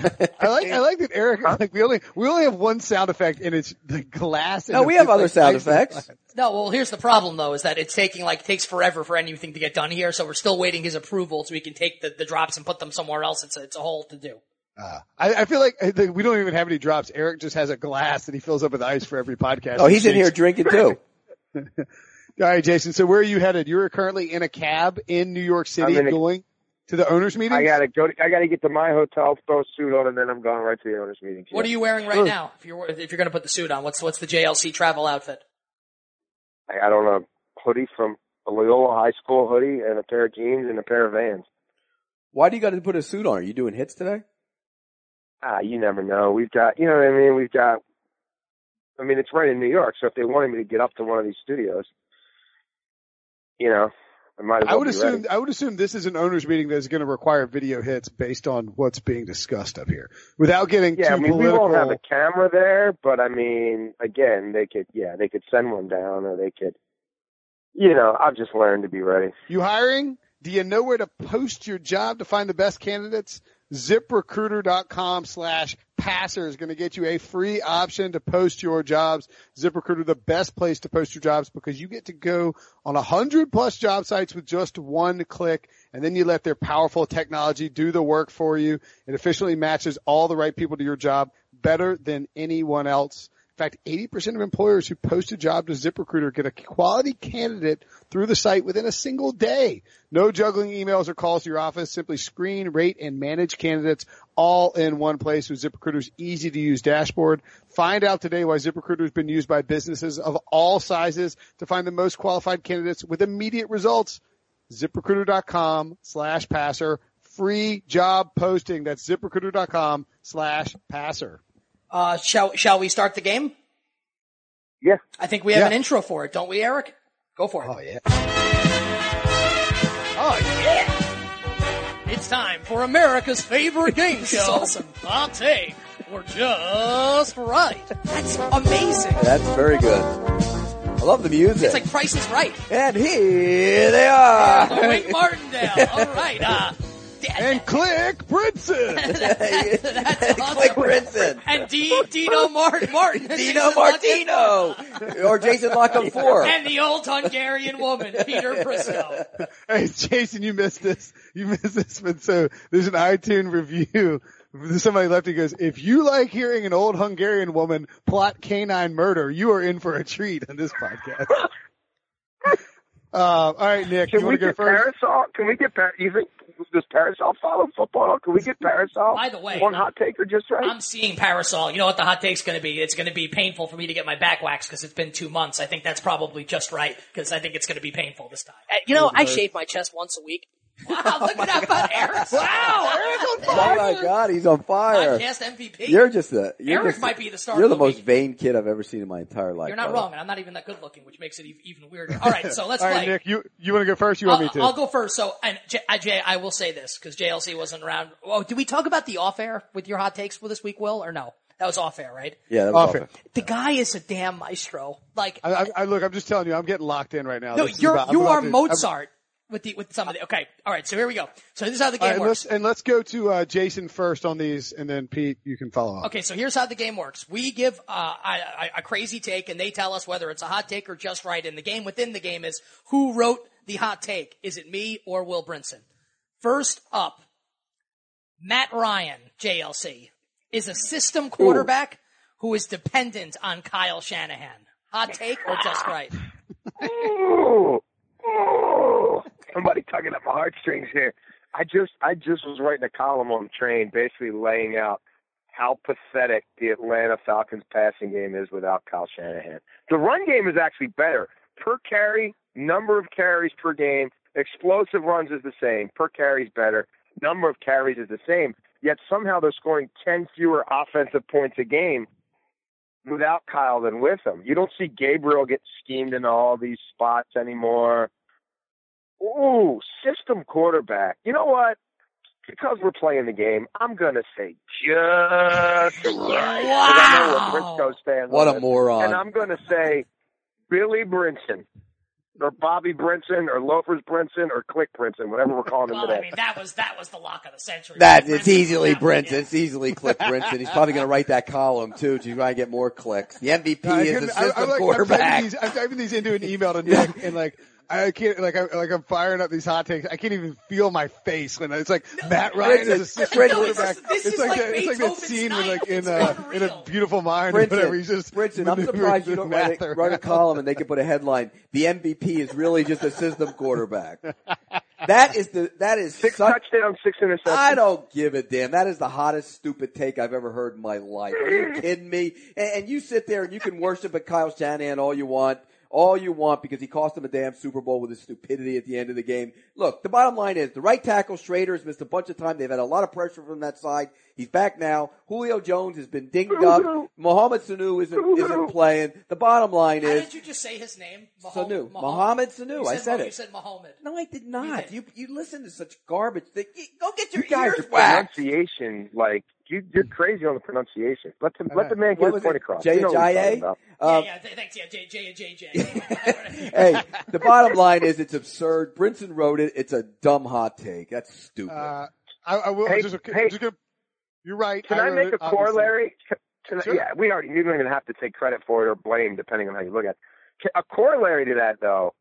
[SPEAKER 1] like, I like that Eric, like we only, we only have one sound effect and it's the glass. and
[SPEAKER 5] no,
[SPEAKER 1] it's
[SPEAKER 5] we have
[SPEAKER 1] just
[SPEAKER 5] other
[SPEAKER 1] like
[SPEAKER 5] sound
[SPEAKER 1] ice and
[SPEAKER 5] effects.
[SPEAKER 1] glass.
[SPEAKER 3] No, well, here's the problem though, is that it's taking like takes forever for anything to get done here, so we're still waiting his approval so we can take the, the drops and put them somewhere else. It's a, it's a whole to do.
[SPEAKER 1] I, I feel like I think we don't even have any drops. Eric just has a glass and he fills up with ice for every podcast.
[SPEAKER 5] Oh, he's in here
[SPEAKER 1] Shakes-
[SPEAKER 5] drinking too.
[SPEAKER 1] All right, Jason. So where are you headed? You're currently in a cab in New York City
[SPEAKER 6] I'm in a-
[SPEAKER 1] going to the owners meeting?
[SPEAKER 6] I gotta go. To, I gotta get to my hotel, throw a suit on, and then I'm going right to the owners' meeting.
[SPEAKER 3] What are you wearing right
[SPEAKER 1] Sure.
[SPEAKER 3] now? If you're if you're going to put the suit on, what's what's the JLC travel outfit?
[SPEAKER 6] I, I don't know. Hoodie from a Loyola High School hoodie and a pair of jeans and a pair of Vans.
[SPEAKER 5] Why do you got to put a suit on? Are you doing hits today?
[SPEAKER 6] Ah, you never know. We've got, you know what I mean? We've got. I mean, it's right in New York, so if they wanted me to get up to one of these studios, you know, I might as well
[SPEAKER 1] I would
[SPEAKER 6] be
[SPEAKER 1] assume
[SPEAKER 6] ready.
[SPEAKER 1] I would assume this is an owners meeting that is going to require video hits based on what's being discussed up here. Without getting
[SPEAKER 6] Yeah,
[SPEAKER 1] too
[SPEAKER 6] I mean, we
[SPEAKER 1] political,
[SPEAKER 6] won't have a camera there, but I mean, again, they could, yeah, they could send one down, or they could, you know, I've just learned to be ready.
[SPEAKER 1] you hiring? Do you know where to post your job to find the best candidates? ZipRecruiter.com slash passer is going to get you a free option to post your jobs. ZipRecruiter, the best place to post your jobs because you get to go on a hundred plus job sites with just one click and then you let their powerful technology do the work for you. It efficiently matches all the right people to your job better than anyone else. In fact, 80% of employers who post a job to ZipRecruiter get a quality candidate through the site within a single day. No juggling emails or calls to your office. Simply screen, rate, and manage candidates all in one place with ZipRecruiter's easy to use dashboard. Find out today why ZipRecruiter has been used by businesses of all sizes to find the most qualified candidates with immediate results. ZipRecruiter.com slash passer. Free job posting. That's ZipRecruiter.com slash passer.
[SPEAKER 3] Uh, shall shall we start the game?
[SPEAKER 6] Yeah.
[SPEAKER 3] I think we have
[SPEAKER 1] Yeah.
[SPEAKER 3] an intro for it, don't we, Eric? Go for it.
[SPEAKER 1] Oh yeah. Oh yeah.
[SPEAKER 3] It's time for America's favorite game show. awesome. I'll take. We're just right. That's amazing.
[SPEAKER 5] That's very good. I love the music.
[SPEAKER 3] It's like Price is Right.
[SPEAKER 5] and here they are.
[SPEAKER 3] Wink Martindale. All right. Uh, Dan-
[SPEAKER 1] And click Brinson.
[SPEAKER 3] that's
[SPEAKER 5] Click
[SPEAKER 3] awesome.
[SPEAKER 5] Brinson.
[SPEAKER 3] And D, Dino Mart- Martin.
[SPEAKER 5] Dino Martino. or Jason Lockham 4.
[SPEAKER 3] And the old Hungarian woman, Peter Briscoe.
[SPEAKER 1] hey Jason, you missed this. You missed this. But so there's an iTunes review. Somebody left it goes, if you like hearing an old Hungarian woman plot canine murder, you are in for a treat on this podcast. uh, all right, Nick,
[SPEAKER 6] Can
[SPEAKER 1] you
[SPEAKER 6] we
[SPEAKER 1] want to go
[SPEAKER 6] get
[SPEAKER 1] first?
[SPEAKER 6] Parasol? Can we get Parasol? You think does Parasol follow football? Can we get Parasol?
[SPEAKER 3] By the way,
[SPEAKER 6] one hot take or just right?
[SPEAKER 3] I'm seeing Parasol. You know what the hot take's going to be? It's going to be painful for me to get my back waxed because it's been two months. I think that's probably just right because I think it's going to be painful this time. Uh, You know, I shave my chest once a week. Wow, look at that, bud, Eric. Wow, Eric's on
[SPEAKER 5] Oh my god, he's on fire.
[SPEAKER 3] Podcast MVP.
[SPEAKER 5] You're just a. You're
[SPEAKER 3] Eric
[SPEAKER 5] just,
[SPEAKER 3] might be the star
[SPEAKER 5] You're
[SPEAKER 3] of
[SPEAKER 5] the
[SPEAKER 3] the
[SPEAKER 5] most
[SPEAKER 3] week.
[SPEAKER 5] vain kid I've ever seen in my entire life.
[SPEAKER 3] You're not
[SPEAKER 5] brother.
[SPEAKER 3] wrong, and I'm not even that good looking, which makes it e- even weirder. All right, so let's
[SPEAKER 1] Uh-huh. All right,
[SPEAKER 3] play.
[SPEAKER 1] Nick, you, you want to go first? You want
[SPEAKER 3] I'll,
[SPEAKER 1] me to?
[SPEAKER 3] I'll go first. So, and J- I, Jay, I will say this because JLC wasn't around. Oh, did we talk about the off air with your hot takes for this week, Will, or no? That was off air, right?
[SPEAKER 5] Yeah, that was
[SPEAKER 1] Off it.
[SPEAKER 5] awful.
[SPEAKER 3] The guy is a damn maestro. Like,
[SPEAKER 1] I, I, I look, I'm just telling you, I'm getting locked in right now.
[SPEAKER 3] no,
[SPEAKER 1] This is
[SPEAKER 3] you're
[SPEAKER 1] about- I'm
[SPEAKER 3] you
[SPEAKER 1] about
[SPEAKER 3] are
[SPEAKER 1] to- I'm-
[SPEAKER 3] Mozart with the with some of the. Okay, all right. So here we go. So this is how the
[SPEAKER 1] All
[SPEAKER 3] game
[SPEAKER 1] right, and
[SPEAKER 3] works.
[SPEAKER 1] let's, and let's go to uh, Jason first on these, and then Pete, you can follow up.
[SPEAKER 3] Okay, so here's how the game works. We give uh, a, a- a crazy take, and they tell us whether it's a hot take or just right. And the game within the game is who wrote the hot take? Is it me or Will Brinson? First up, Matt Ryan, JLC, is a system quarterback who is dependent on Kyle Shanahan. Hot take or just right?
[SPEAKER 6] Ooh, ooh. Somebody tugging at my heartstrings here. I just I just was writing a column on the train, basically laying out how pathetic the Atlanta Falcons passing game is without Kyle Shanahan. The run game is actually better. Per carry, number of carries per game, explosive runs is the same. Per carry is better. Number of carries is the same. Yet somehow they're scoring ten fewer offensive points a game without Kyle than with him. You don't see Gabriel get schemed into all these spots anymore. Ooh, system quarterback. You know what? Because we're playing the game, I'm gonna say just right. 'Cause I know where
[SPEAKER 3] Wow.
[SPEAKER 6] Briscoe stands
[SPEAKER 5] What
[SPEAKER 6] on
[SPEAKER 5] a
[SPEAKER 6] this.
[SPEAKER 5] moron.
[SPEAKER 6] And I'm gonna say Billy Brinson. Or Bobby Brinson, or Loafers Brinson, or Click Brinson, whatever we're calling him
[SPEAKER 3] Well,
[SPEAKER 6] today.
[SPEAKER 3] I mean, that was that was the lock of the century.
[SPEAKER 5] That
[SPEAKER 3] Brinson
[SPEAKER 5] it's easily
[SPEAKER 3] was that one,
[SPEAKER 5] Brinson. It's easily Click Brinson. He's probably going to write that column too to try and get more clicks. The MVP
[SPEAKER 1] I
[SPEAKER 5] is
[SPEAKER 1] couldn't-
[SPEAKER 5] a
[SPEAKER 1] I- I
[SPEAKER 5] system
[SPEAKER 1] like- I'm typing,
[SPEAKER 5] quarterback.
[SPEAKER 1] these, I'm typing these into an email to Nick, and like I can't, like I like I'm firing up these hot takes. I can't even feel my face when I- it's like Matt Ryan is a system
[SPEAKER 5] Brinson-
[SPEAKER 1] quarterback. it's
[SPEAKER 3] this is
[SPEAKER 1] like,
[SPEAKER 3] like
[SPEAKER 1] that, it's like that
[SPEAKER 3] Beethoven's
[SPEAKER 1] scene with
[SPEAKER 3] Ninth.
[SPEAKER 1] like in
[SPEAKER 3] It's
[SPEAKER 1] uh,
[SPEAKER 3] unreal.
[SPEAKER 1] in a beautiful mind or
[SPEAKER 5] Brinson,
[SPEAKER 1] whatever. He's just
[SPEAKER 5] Brinson, I'm
[SPEAKER 1] maneuvering
[SPEAKER 5] surprised you
[SPEAKER 1] the
[SPEAKER 5] don't
[SPEAKER 1] math
[SPEAKER 5] write a, write a
[SPEAKER 1] around.
[SPEAKER 5] column and they can put a headline. The MVP is really just a system quarterback. That is the that is
[SPEAKER 6] Six
[SPEAKER 5] such.
[SPEAKER 6] touchdowns, six interceptions.
[SPEAKER 5] I don't give a damn. That is the hottest stupid take I've ever heard in my life. Are you kidding me? And, and you sit there and you can worship at Kyle Shanahan all you want, all you want because he cost him a damn Super Bowl with his stupidity at the end of the game. Look, the bottom line is the right tackle Schrader has missed a bunch of time. They've had a lot of pressure from that side. He's back now. Julio Jones has been dinged up. Mohamed Sanu isn't, isn't playing. The bottom line
[SPEAKER 3] How
[SPEAKER 5] is
[SPEAKER 3] did you just say his name?
[SPEAKER 5] Sanu.
[SPEAKER 3] Mahom-
[SPEAKER 5] Mohamed Sanu.
[SPEAKER 3] You
[SPEAKER 5] I said
[SPEAKER 3] Mo-
[SPEAKER 5] it.
[SPEAKER 3] You said Mohammed.
[SPEAKER 5] no, I did not.
[SPEAKER 3] did.
[SPEAKER 5] You you, listen to such garbage. That, go get your
[SPEAKER 6] You guys,
[SPEAKER 5] ears
[SPEAKER 6] the
[SPEAKER 5] waxed.
[SPEAKER 6] pronunciation, like you, you're crazy on the pronunciation. Let the let the man get
[SPEAKER 5] Hmm. What
[SPEAKER 6] his
[SPEAKER 5] was
[SPEAKER 6] point
[SPEAKER 5] it?
[SPEAKER 6] across.
[SPEAKER 5] Jay
[SPEAKER 6] You know what he's talking
[SPEAKER 5] Ajayi?
[SPEAKER 6] about.
[SPEAKER 5] Uh,
[SPEAKER 3] yeah, yeah, th- thanks. Yeah, J, J, J, J.
[SPEAKER 5] hey, the bottom line is it's absurd. Brinson wrote it. It's a dumb hot take. That's stupid.
[SPEAKER 1] Uh, I, I will.
[SPEAKER 6] Hey,
[SPEAKER 1] just,
[SPEAKER 6] hey.
[SPEAKER 1] just gonna, you're right.
[SPEAKER 6] Can I,
[SPEAKER 1] wrote
[SPEAKER 6] make
[SPEAKER 1] it,
[SPEAKER 6] a
[SPEAKER 1] obviously.
[SPEAKER 6] corollary? Can I-
[SPEAKER 1] Sure.
[SPEAKER 6] Yeah, we already. You don't even have to take credit for it or blame, depending on how you look at it. Ca- A corollary to that, though,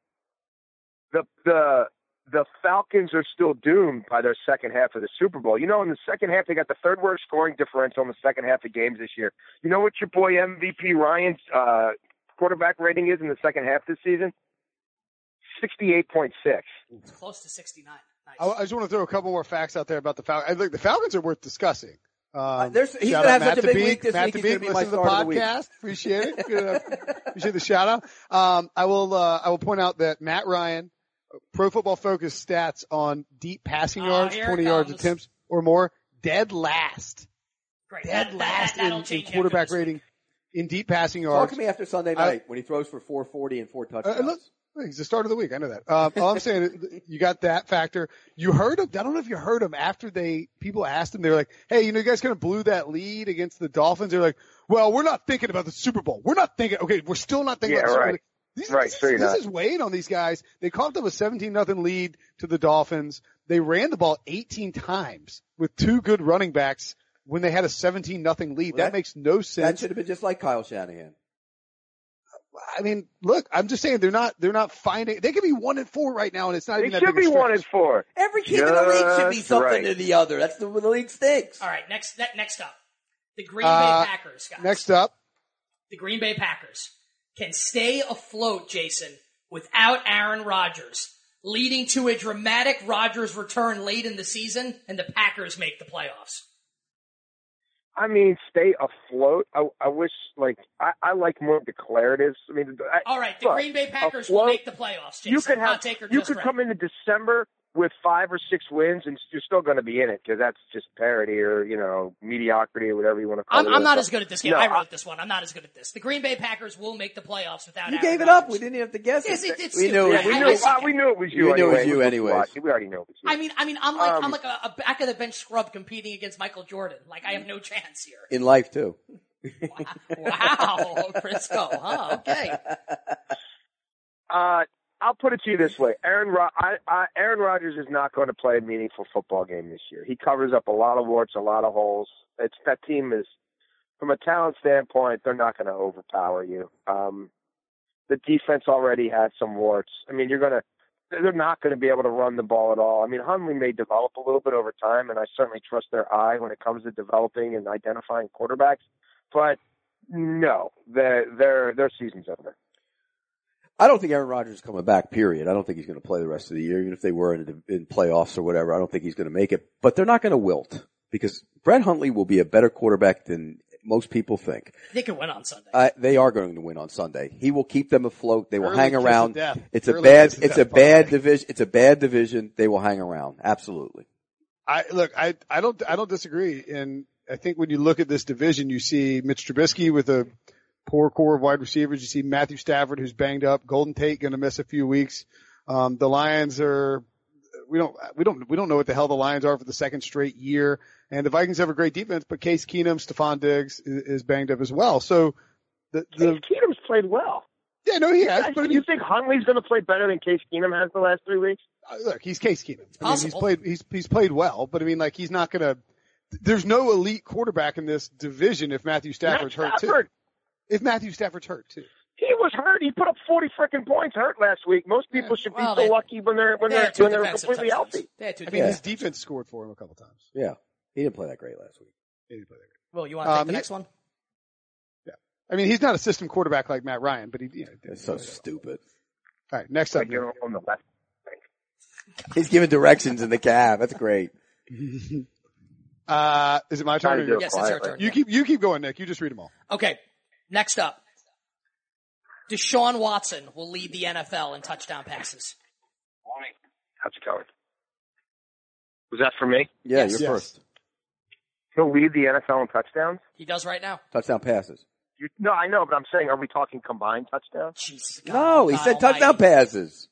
[SPEAKER 6] the the the Falcons are still doomed by their second half of the Super Bowl. You know, in the second half, they got the third worst scoring differential in the second half of games this year. You know what your boy MVP Ryan's uh, quarterback rating is in the second half this season? 68.6.
[SPEAKER 3] It's close to 69. Nice.
[SPEAKER 1] I, I just want to throw a couple more facts out there about the Falcons. Look, the Falcons are worth discussing. Um,
[SPEAKER 5] Uh, there's- he's
[SPEAKER 1] shout
[SPEAKER 5] gonna
[SPEAKER 1] out
[SPEAKER 5] have such a
[SPEAKER 1] Matt
[SPEAKER 5] big
[SPEAKER 1] DeBeek.
[SPEAKER 5] week this
[SPEAKER 1] Matt
[SPEAKER 5] week, he's gonna
[SPEAKER 1] DeBeek,
[SPEAKER 5] be my
[SPEAKER 1] listen to the
[SPEAKER 5] star of the week.
[SPEAKER 1] podcast. Appreciate it. Good enough. Appreciate the shout out. Um, I will, uh, I will point out that Matt Ryan, uh, Pro Football Focus stats on deep passing
[SPEAKER 3] Ah,
[SPEAKER 1] yards,
[SPEAKER 3] here it
[SPEAKER 1] 20 yards
[SPEAKER 3] comes.
[SPEAKER 1] attempts or more, dead last,
[SPEAKER 3] Great.
[SPEAKER 1] dead
[SPEAKER 3] That,
[SPEAKER 1] last
[SPEAKER 3] that, that'll
[SPEAKER 1] in, in
[SPEAKER 3] change
[SPEAKER 1] quarterback
[SPEAKER 3] after this.
[SPEAKER 1] rating in deep passing
[SPEAKER 5] Talk
[SPEAKER 1] yards.
[SPEAKER 5] to me after Sunday
[SPEAKER 1] I-
[SPEAKER 5] night when he throws for 440 and four touchdowns.
[SPEAKER 1] Uh, look, look, it's the start of the week. I know that. Um, all I'm saying is you got that factor. You heard him. I don't know if you heard him after they people asked him. They were like, "Hey, you know, you guys kind of blew that lead against the Dolphins." They're like, "Well, we're not thinking about the Super Bowl. We're not thinking. Okay, we're still not thinking
[SPEAKER 6] Yeah,
[SPEAKER 1] about the Super Bowl."
[SPEAKER 6] right.
[SPEAKER 1] These,
[SPEAKER 6] Right,
[SPEAKER 1] this,
[SPEAKER 6] sure
[SPEAKER 1] is,
[SPEAKER 6] you're
[SPEAKER 1] this
[SPEAKER 6] not.
[SPEAKER 1] is weighing on these guys. They coughed up a 17 nothing lead to the Dolphins. They ran the ball 18 times with two good running backs when they had a 17 nothing lead. that,
[SPEAKER 5] that-
[SPEAKER 1] makes no
[SPEAKER 5] that
[SPEAKER 1] sense.
[SPEAKER 5] should have been just like Kyle Shanahan.
[SPEAKER 1] I mean, look, I'm just saying they're not they're not finding they could be one and four right now, and it's not
[SPEAKER 6] They
[SPEAKER 1] even that
[SPEAKER 6] should
[SPEAKER 1] big a
[SPEAKER 6] be
[SPEAKER 1] stretch.
[SPEAKER 6] one and four.
[SPEAKER 5] Every team in the league should be
[SPEAKER 6] Just
[SPEAKER 5] something
[SPEAKER 6] right.
[SPEAKER 5] to the other. That's the, the league stinks.
[SPEAKER 3] All right, next ne- next up, the Green
[SPEAKER 1] Uh,
[SPEAKER 3] Bay Packers, guys.
[SPEAKER 1] Next up,
[SPEAKER 3] the Green Bay Packers can stay afloat, Jason, without Aaron Rodgers, leading to a dramatic Rodgers return late in the season, and the Packers make the playoffs.
[SPEAKER 6] I mean, stay afloat. I, I wish, like, I, I like more declaratives. I mean, I,
[SPEAKER 3] All right, the
[SPEAKER 6] look,
[SPEAKER 3] Green Bay Packers
[SPEAKER 6] afloat-
[SPEAKER 3] will make the playoffs, Jason.
[SPEAKER 6] you could have,
[SPEAKER 3] Hot take or
[SPEAKER 6] you
[SPEAKER 3] just
[SPEAKER 6] could
[SPEAKER 3] right?
[SPEAKER 6] come into December with five or six wins, and you're still going to be in it because that's just parity or you know mediocrity or whatever you want to call
[SPEAKER 3] I'm,
[SPEAKER 6] it.
[SPEAKER 3] I'm not as good at this game.
[SPEAKER 6] No,
[SPEAKER 3] I
[SPEAKER 6] I-
[SPEAKER 3] wrote this one. I'm not as good at this. The Green Bay Packers will make the playoffs without
[SPEAKER 5] You
[SPEAKER 3] Aaron
[SPEAKER 5] gave it up.
[SPEAKER 3] Rodgers.
[SPEAKER 5] We didn't even have to guess
[SPEAKER 3] Yes,
[SPEAKER 5] it.
[SPEAKER 3] it- it's
[SPEAKER 5] we
[SPEAKER 3] too-
[SPEAKER 5] knew.
[SPEAKER 3] yeah,
[SPEAKER 5] it.
[SPEAKER 6] We
[SPEAKER 3] I-
[SPEAKER 6] knew,
[SPEAKER 3] I suck
[SPEAKER 6] uh, we knew it was you.
[SPEAKER 5] You knew it was
[SPEAKER 6] anyway.
[SPEAKER 5] you
[SPEAKER 6] We-
[SPEAKER 5] anyways.
[SPEAKER 6] We already know it was you.
[SPEAKER 3] I mean, I mean, I'm like,
[SPEAKER 6] Um,
[SPEAKER 3] I'm like a, a back of the bench scrub competing against Michael Jordan. Like, I have no chance here.
[SPEAKER 5] in life too.
[SPEAKER 3] Wow, Crisco. Huh? Okay.
[SPEAKER 6] Uh, I'll put it to you this way: Aaron, Rod- I, I, Aaron Rodgers is not going to play a meaningful football game this year. He covers up a lot of warts, a lot of holes. It's that team is, from a talent standpoint, they're not going to overpower you. Um, the defense already had some warts. I mean, you're going to, they're not going to be able to run the ball at all. I mean, Hundley may develop a little bit over time, and I certainly trust their eye when it comes to developing and identifying quarterbacks. But no, their their their season's over.
[SPEAKER 5] I don't think Aaron Rodgers is coming back. Period. I don't think he's going to play the rest of the year, even if they were in, in playoffs or whatever. I don't think he's going to make it. But they're not going to wilt because Brett Huntley will be a better quarterback than most people think.
[SPEAKER 3] They could win on Sunday.
[SPEAKER 5] Uh, they are going to win on Sunday. He will keep them afloat. They will
[SPEAKER 1] Early
[SPEAKER 5] hang
[SPEAKER 1] kiss of
[SPEAKER 5] around.
[SPEAKER 1] death.
[SPEAKER 5] It's a
[SPEAKER 1] Early
[SPEAKER 5] bad.
[SPEAKER 1] kiss of
[SPEAKER 5] It's a
[SPEAKER 1] death,
[SPEAKER 5] bad
[SPEAKER 1] Bob.
[SPEAKER 5] division. It's a bad division. They will hang around. Absolutely.
[SPEAKER 1] I look, I I don't I don't disagree, and I think when you look at this division, you see Mitch Trubisky with a poor core of wide receivers. You see Matthew Stafford who's banged up. Golden Tate going to miss a few weeks. Um, the Lions are. We don't, we don't, we don't know what the hell the Lions are for the second straight year. And the Vikings have a great defense, but Case Keenum, Stephon Diggs is, is banged up as well. So the, the,
[SPEAKER 6] Keenum's played well.
[SPEAKER 1] yeah, no, he has,
[SPEAKER 6] Guys,
[SPEAKER 1] but
[SPEAKER 6] do
[SPEAKER 1] you
[SPEAKER 6] you think Huntley's going to play better than Case Keenum has the last three weeks?
[SPEAKER 1] Uh, look, he's Case Keenum. I mean, he's
[SPEAKER 3] possible.
[SPEAKER 1] played he's he's played well, but I mean, like he's not gonna. There's no elite quarterback in this division if Matthew Stafford's
[SPEAKER 6] Matt
[SPEAKER 1] hurt too.
[SPEAKER 6] Stafford,
[SPEAKER 1] If Matthew Stafford's hurt too.
[SPEAKER 6] He was hurt. He put up forty freaking points hurt last week. Most people should be
[SPEAKER 3] Well,
[SPEAKER 6] so
[SPEAKER 3] they-
[SPEAKER 6] lucky when they're when
[SPEAKER 3] They
[SPEAKER 6] they're
[SPEAKER 3] had two
[SPEAKER 6] when they're
[SPEAKER 3] defensive
[SPEAKER 6] completely
[SPEAKER 3] touchdowns.
[SPEAKER 6] healthy.
[SPEAKER 3] They had two
[SPEAKER 1] I mean,
[SPEAKER 5] Yeah.
[SPEAKER 1] his defense scored for him a couple times.
[SPEAKER 5] Yeah. He didn't play that great last week.
[SPEAKER 1] He didn't play that great.
[SPEAKER 3] Well, you want to take
[SPEAKER 1] Um,
[SPEAKER 3] the
[SPEAKER 1] he-
[SPEAKER 3] next one?
[SPEAKER 1] I mean, he's not a system quarterback like Matt Ryan, but he. You know, he did
[SPEAKER 5] That's so stupid.
[SPEAKER 1] All right, next up.
[SPEAKER 6] Like they're on the left.
[SPEAKER 5] He's giving directions in the cab. That's great.
[SPEAKER 1] Uh, is it my turn?
[SPEAKER 6] Trying
[SPEAKER 1] or
[SPEAKER 6] to do
[SPEAKER 1] yours?
[SPEAKER 6] it
[SPEAKER 3] Yes, it's your
[SPEAKER 6] quietly.
[SPEAKER 3] turn.
[SPEAKER 1] You keep you keep going, Nick. You just read them all.
[SPEAKER 3] Okay. Next up. Deshaun Watson will lead the NFL in touchdown passes.
[SPEAKER 6] How's it going? Was that for me?
[SPEAKER 5] Yeah,
[SPEAKER 3] Yes.
[SPEAKER 5] you're
[SPEAKER 1] Yes.
[SPEAKER 5] first.
[SPEAKER 6] He'll lead the NFL in touchdowns.
[SPEAKER 3] He does right now.
[SPEAKER 5] Touchdown passes.
[SPEAKER 6] You, no, I know, but I'm saying, are we talking combined touchdowns?
[SPEAKER 3] Jesus. God
[SPEAKER 5] No, he
[SPEAKER 3] God
[SPEAKER 5] said touchdown
[SPEAKER 3] almighty.
[SPEAKER 5] passes.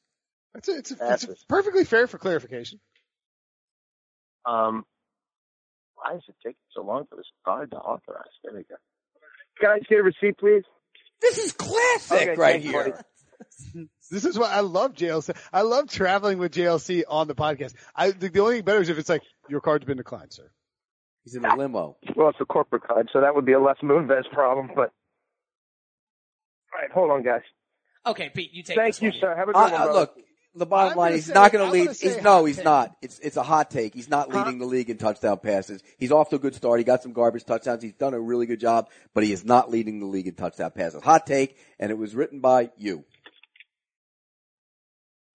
[SPEAKER 1] It's a, it's, a, it's
[SPEAKER 6] Passes.
[SPEAKER 1] a perfectly fair for clarification.
[SPEAKER 6] Um, why is it taking so long for this card to authorize? There we go. Can I just get a receipt, please?
[SPEAKER 5] This is classic
[SPEAKER 6] Okay,
[SPEAKER 5] right
[SPEAKER 6] thanks,
[SPEAKER 5] here.
[SPEAKER 6] Clay.
[SPEAKER 1] This is why I love JLC. I love traveling with JLC on the podcast. I the, the only thing better is if it's like your card's been declined, sir.
[SPEAKER 5] He's in a limo.
[SPEAKER 6] Well, it's a corporate card, so that would be a less Moonves problem, but. All right, hold on, guys.
[SPEAKER 3] Okay, Pete, you take
[SPEAKER 6] Thank
[SPEAKER 3] this
[SPEAKER 6] you,
[SPEAKER 3] one.
[SPEAKER 6] sir. Uh, Have a good
[SPEAKER 5] I,
[SPEAKER 6] one,
[SPEAKER 5] I,
[SPEAKER 6] brother.
[SPEAKER 5] look, the bottom
[SPEAKER 1] I'm
[SPEAKER 5] line,
[SPEAKER 1] gonna
[SPEAKER 5] he's
[SPEAKER 1] say-
[SPEAKER 5] not going
[SPEAKER 1] I'm
[SPEAKER 5] to lead.
[SPEAKER 1] gonna say
[SPEAKER 5] He's, no,
[SPEAKER 1] hot
[SPEAKER 5] he's
[SPEAKER 1] take.
[SPEAKER 5] not. It's it's a hot take. He's not leading the league in touchdown passes. He's off to a good start. He got some garbage touchdowns. He's done a really good job, but he is not leading the league in touchdown passes. Hot take, and it was written by you.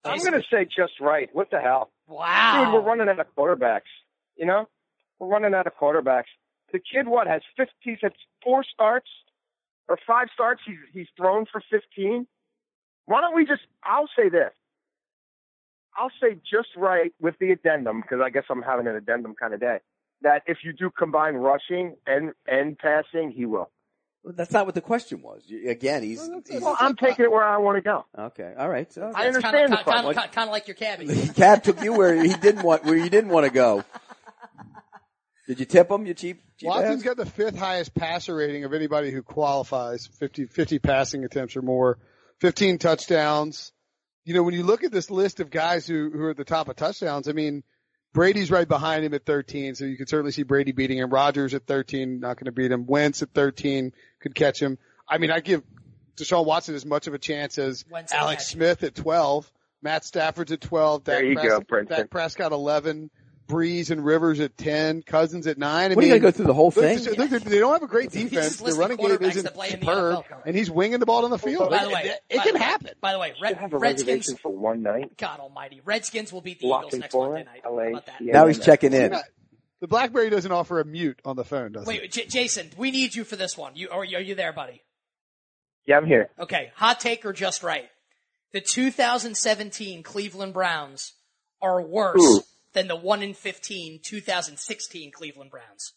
[SPEAKER 6] I'm going to say just right. What the hell?
[SPEAKER 3] Wow.
[SPEAKER 6] Dude, we're running out of quarterbacks. You know, we're running out of quarterbacks. The kid, what has 50? He's had four starts or five starts. He's he's thrown for 15. Why don't we just? I'll say this. I'll say just right with the addendum because I guess I'm having an addendum kind of day. That if you do combine rushing and and passing, he will.
[SPEAKER 5] Well, that's not what the question was. You- Again, he's, he's
[SPEAKER 6] Well, I'm taking it where I want to go.
[SPEAKER 5] okay. All right. So,
[SPEAKER 6] I
[SPEAKER 3] It's
[SPEAKER 6] understand the
[SPEAKER 3] kind
[SPEAKER 6] problem.
[SPEAKER 3] of, kind of, kind of like your cabbage.
[SPEAKER 5] Cab took you where he didn't want where you didn't want to go. Did you tip him? You cheap. cheap
[SPEAKER 1] Watson's
[SPEAKER 5] ass?
[SPEAKER 1] got the fifth highest passer rating of anybody who qualifies, 50, 50 passing attempts or more, 15 touchdowns. You know, when you look at this list of guys who, who are at the top of touchdowns, I mean, Brady's right behind him at 13, so you can certainly see Brady beating him. Rogers at 13, not going to beat him. Wentz at 13 could catch him. I mean, I give Deshaun Watson as much of a chance as
[SPEAKER 3] Wentz can
[SPEAKER 1] Alex
[SPEAKER 3] catch him.
[SPEAKER 1] Smith at 12, Matt Stafford's at 12, Dak,
[SPEAKER 6] There you go,
[SPEAKER 1] Pres-
[SPEAKER 6] Brenton.
[SPEAKER 1] Dak Prescott 11, Breeze and Rivers at 10, Cousins at 9. I
[SPEAKER 5] What are
[SPEAKER 1] mean,
[SPEAKER 5] you going to go through the whole
[SPEAKER 1] Look,
[SPEAKER 5] thing?
[SPEAKER 1] this- look, they they don't have a great defense.
[SPEAKER 3] just
[SPEAKER 1] The
[SPEAKER 3] listing
[SPEAKER 1] running game
[SPEAKER 3] quarterbacks
[SPEAKER 1] isn't
[SPEAKER 3] that play in the
[SPEAKER 1] superb,
[SPEAKER 3] NFL.
[SPEAKER 1] and he's winging the ball down the field.
[SPEAKER 3] By the way,
[SPEAKER 1] it,
[SPEAKER 3] by
[SPEAKER 1] it can
[SPEAKER 3] the way-
[SPEAKER 1] happen.
[SPEAKER 3] By the way,
[SPEAKER 6] Should
[SPEAKER 3] Red,
[SPEAKER 6] have a
[SPEAKER 3] Redskins.
[SPEAKER 6] reservation for one night.
[SPEAKER 3] God Almighty, Redskins will beat the
[SPEAKER 6] Lock
[SPEAKER 3] Eagles
[SPEAKER 6] and
[SPEAKER 3] next
[SPEAKER 6] forward,
[SPEAKER 3] Monday night. How about that?
[SPEAKER 6] LA.
[SPEAKER 5] Now he's checking in.
[SPEAKER 1] The BlackBerry doesn't offer a mute on the phone, does it?
[SPEAKER 3] Wait, J- Jason, we need you for this one. You are, you- are you there, buddy?
[SPEAKER 6] Yeah, I'm here.
[SPEAKER 3] Okay, hot take or just right? The 2017 Cleveland Browns are worse
[SPEAKER 6] Ooh.
[SPEAKER 3] than the 1 in 15 2016 Cleveland Browns.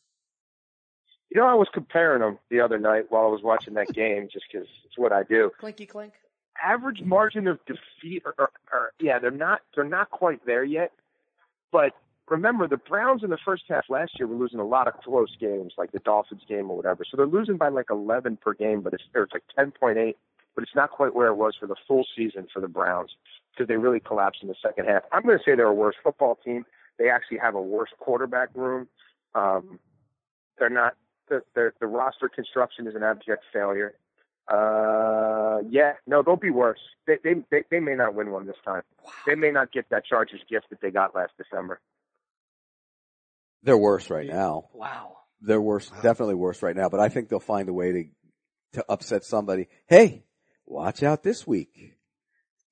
[SPEAKER 6] You know, I was comparing them the other night while I was watching that game, just 'cause it's what I do.
[SPEAKER 3] Clinky clink.
[SPEAKER 6] Average margin of defeat, or, or, or yeah, they're not they're not quite there yet. But remember, the Browns in the first half last year were losing a lot of close games, like the Dolphins game or whatever. So they're losing by like 11 per game, but it's or it's like 10.8, but it's not quite where it was for the full season for the Browns because they really collapsed in the second half. I'm going to say they're a worse football team. They actually have a worse quarterback room. Um, they're not the, the the roster construction is an abject failure. Uh, yeah, no, they'll be worse. They, they they they may not win one this time. They may not get that Chargers gift that they got last December.
[SPEAKER 5] They're worse right now.
[SPEAKER 3] Wow.
[SPEAKER 5] They're worse, definitely worse right now, but I think they'll find a way to, to upset somebody. Hey, watch out this week.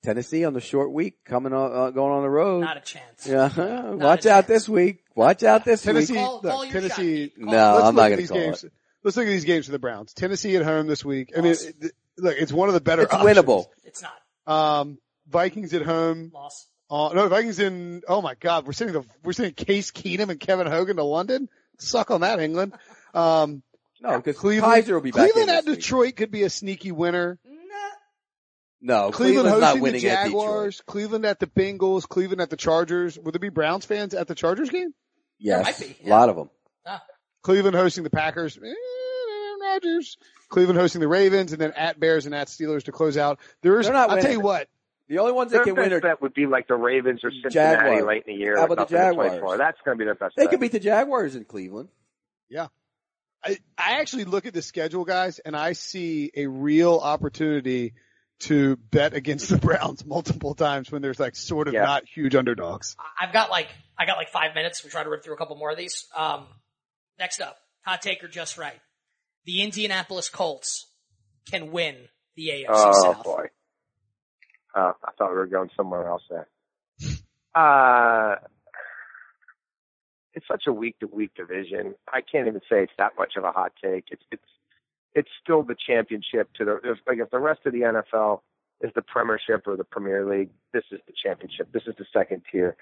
[SPEAKER 5] Tennessee on the short week coming on, uh, going on the road.
[SPEAKER 3] Not a chance.
[SPEAKER 5] yeah, watch out
[SPEAKER 3] chance.
[SPEAKER 5] this week. Watch out this
[SPEAKER 1] Tennessee,
[SPEAKER 5] week.
[SPEAKER 3] Call-
[SPEAKER 1] look,
[SPEAKER 3] call your
[SPEAKER 1] Tennessee.
[SPEAKER 3] shot.
[SPEAKER 5] No,
[SPEAKER 1] Let's
[SPEAKER 5] I'm
[SPEAKER 1] look at
[SPEAKER 5] not going to
[SPEAKER 1] these
[SPEAKER 5] call
[SPEAKER 1] games.
[SPEAKER 5] it.
[SPEAKER 1] Let's look at these games for the Browns. Tennessee at home this week. I mean,
[SPEAKER 3] Awesome.
[SPEAKER 1] it- look, it's one of the better.
[SPEAKER 5] It's
[SPEAKER 1] options.
[SPEAKER 5] winnable.
[SPEAKER 3] It's not.
[SPEAKER 1] Um, Vikings at home.
[SPEAKER 3] Loss.
[SPEAKER 1] Uh, no, Vikings in. Oh my God, we're sending the we're sending Case Keenum and Kevin Hogan to London. Suck on that, England. Um,
[SPEAKER 5] No, because
[SPEAKER 1] Cleveland.
[SPEAKER 5] Kaiser will be back
[SPEAKER 1] Cleveland
[SPEAKER 5] in
[SPEAKER 1] at
[SPEAKER 5] this week.
[SPEAKER 1] Detroit could be a sneaky winner.
[SPEAKER 5] No,
[SPEAKER 1] Cleveland
[SPEAKER 5] Cleveland's not
[SPEAKER 1] hosting the
[SPEAKER 5] winning at Detroit.
[SPEAKER 1] Jaguars. Cleveland at the Bengals. Cleveland at the Chargers. Would there be Browns fans at the Chargers game?
[SPEAKER 5] Yes,
[SPEAKER 3] might be,
[SPEAKER 5] a lot of them.
[SPEAKER 1] Cleveland hosting the Packers. Eh, Aaron Rodgers. Cleveland hosting the Ravens, and then at Bears and at Steelers to close out. There is.
[SPEAKER 5] They're not
[SPEAKER 1] I'll tell
[SPEAKER 5] winning.
[SPEAKER 1] you what.
[SPEAKER 5] The only ones that
[SPEAKER 6] Their
[SPEAKER 5] can
[SPEAKER 6] best
[SPEAKER 5] win are
[SPEAKER 6] bet would be like the Ravens or Cincinnati
[SPEAKER 5] Jaguars.
[SPEAKER 6] late in the year.
[SPEAKER 5] How
[SPEAKER 6] with
[SPEAKER 5] about the
[SPEAKER 6] nothing to play
[SPEAKER 5] Jaguars?
[SPEAKER 6] for. That's going to be their best
[SPEAKER 5] they
[SPEAKER 6] bet.
[SPEAKER 5] could beat the Jaguars in Cleveland.
[SPEAKER 1] I, I actually look at the schedule, guys, and I see a real opportunity to bet against the Browns multiple times when there's like sort of
[SPEAKER 6] Yeah.
[SPEAKER 1] not huge underdogs.
[SPEAKER 3] I- I've got like I got like five minutes. We try to rip through a couple more of these. Um, next up, hot take or just right? The Indianapolis Colts can win the AFC
[SPEAKER 6] oh
[SPEAKER 3] South.
[SPEAKER 6] boy. Uh, I thought we were going somewhere else there. Uh, it's such a week to week division. I can't even say it's that much of a hot take. It's it's it's still the championship to the if, like if the rest of the NFL is the Premiership or the Premier League, this is the championship. This is the second tier.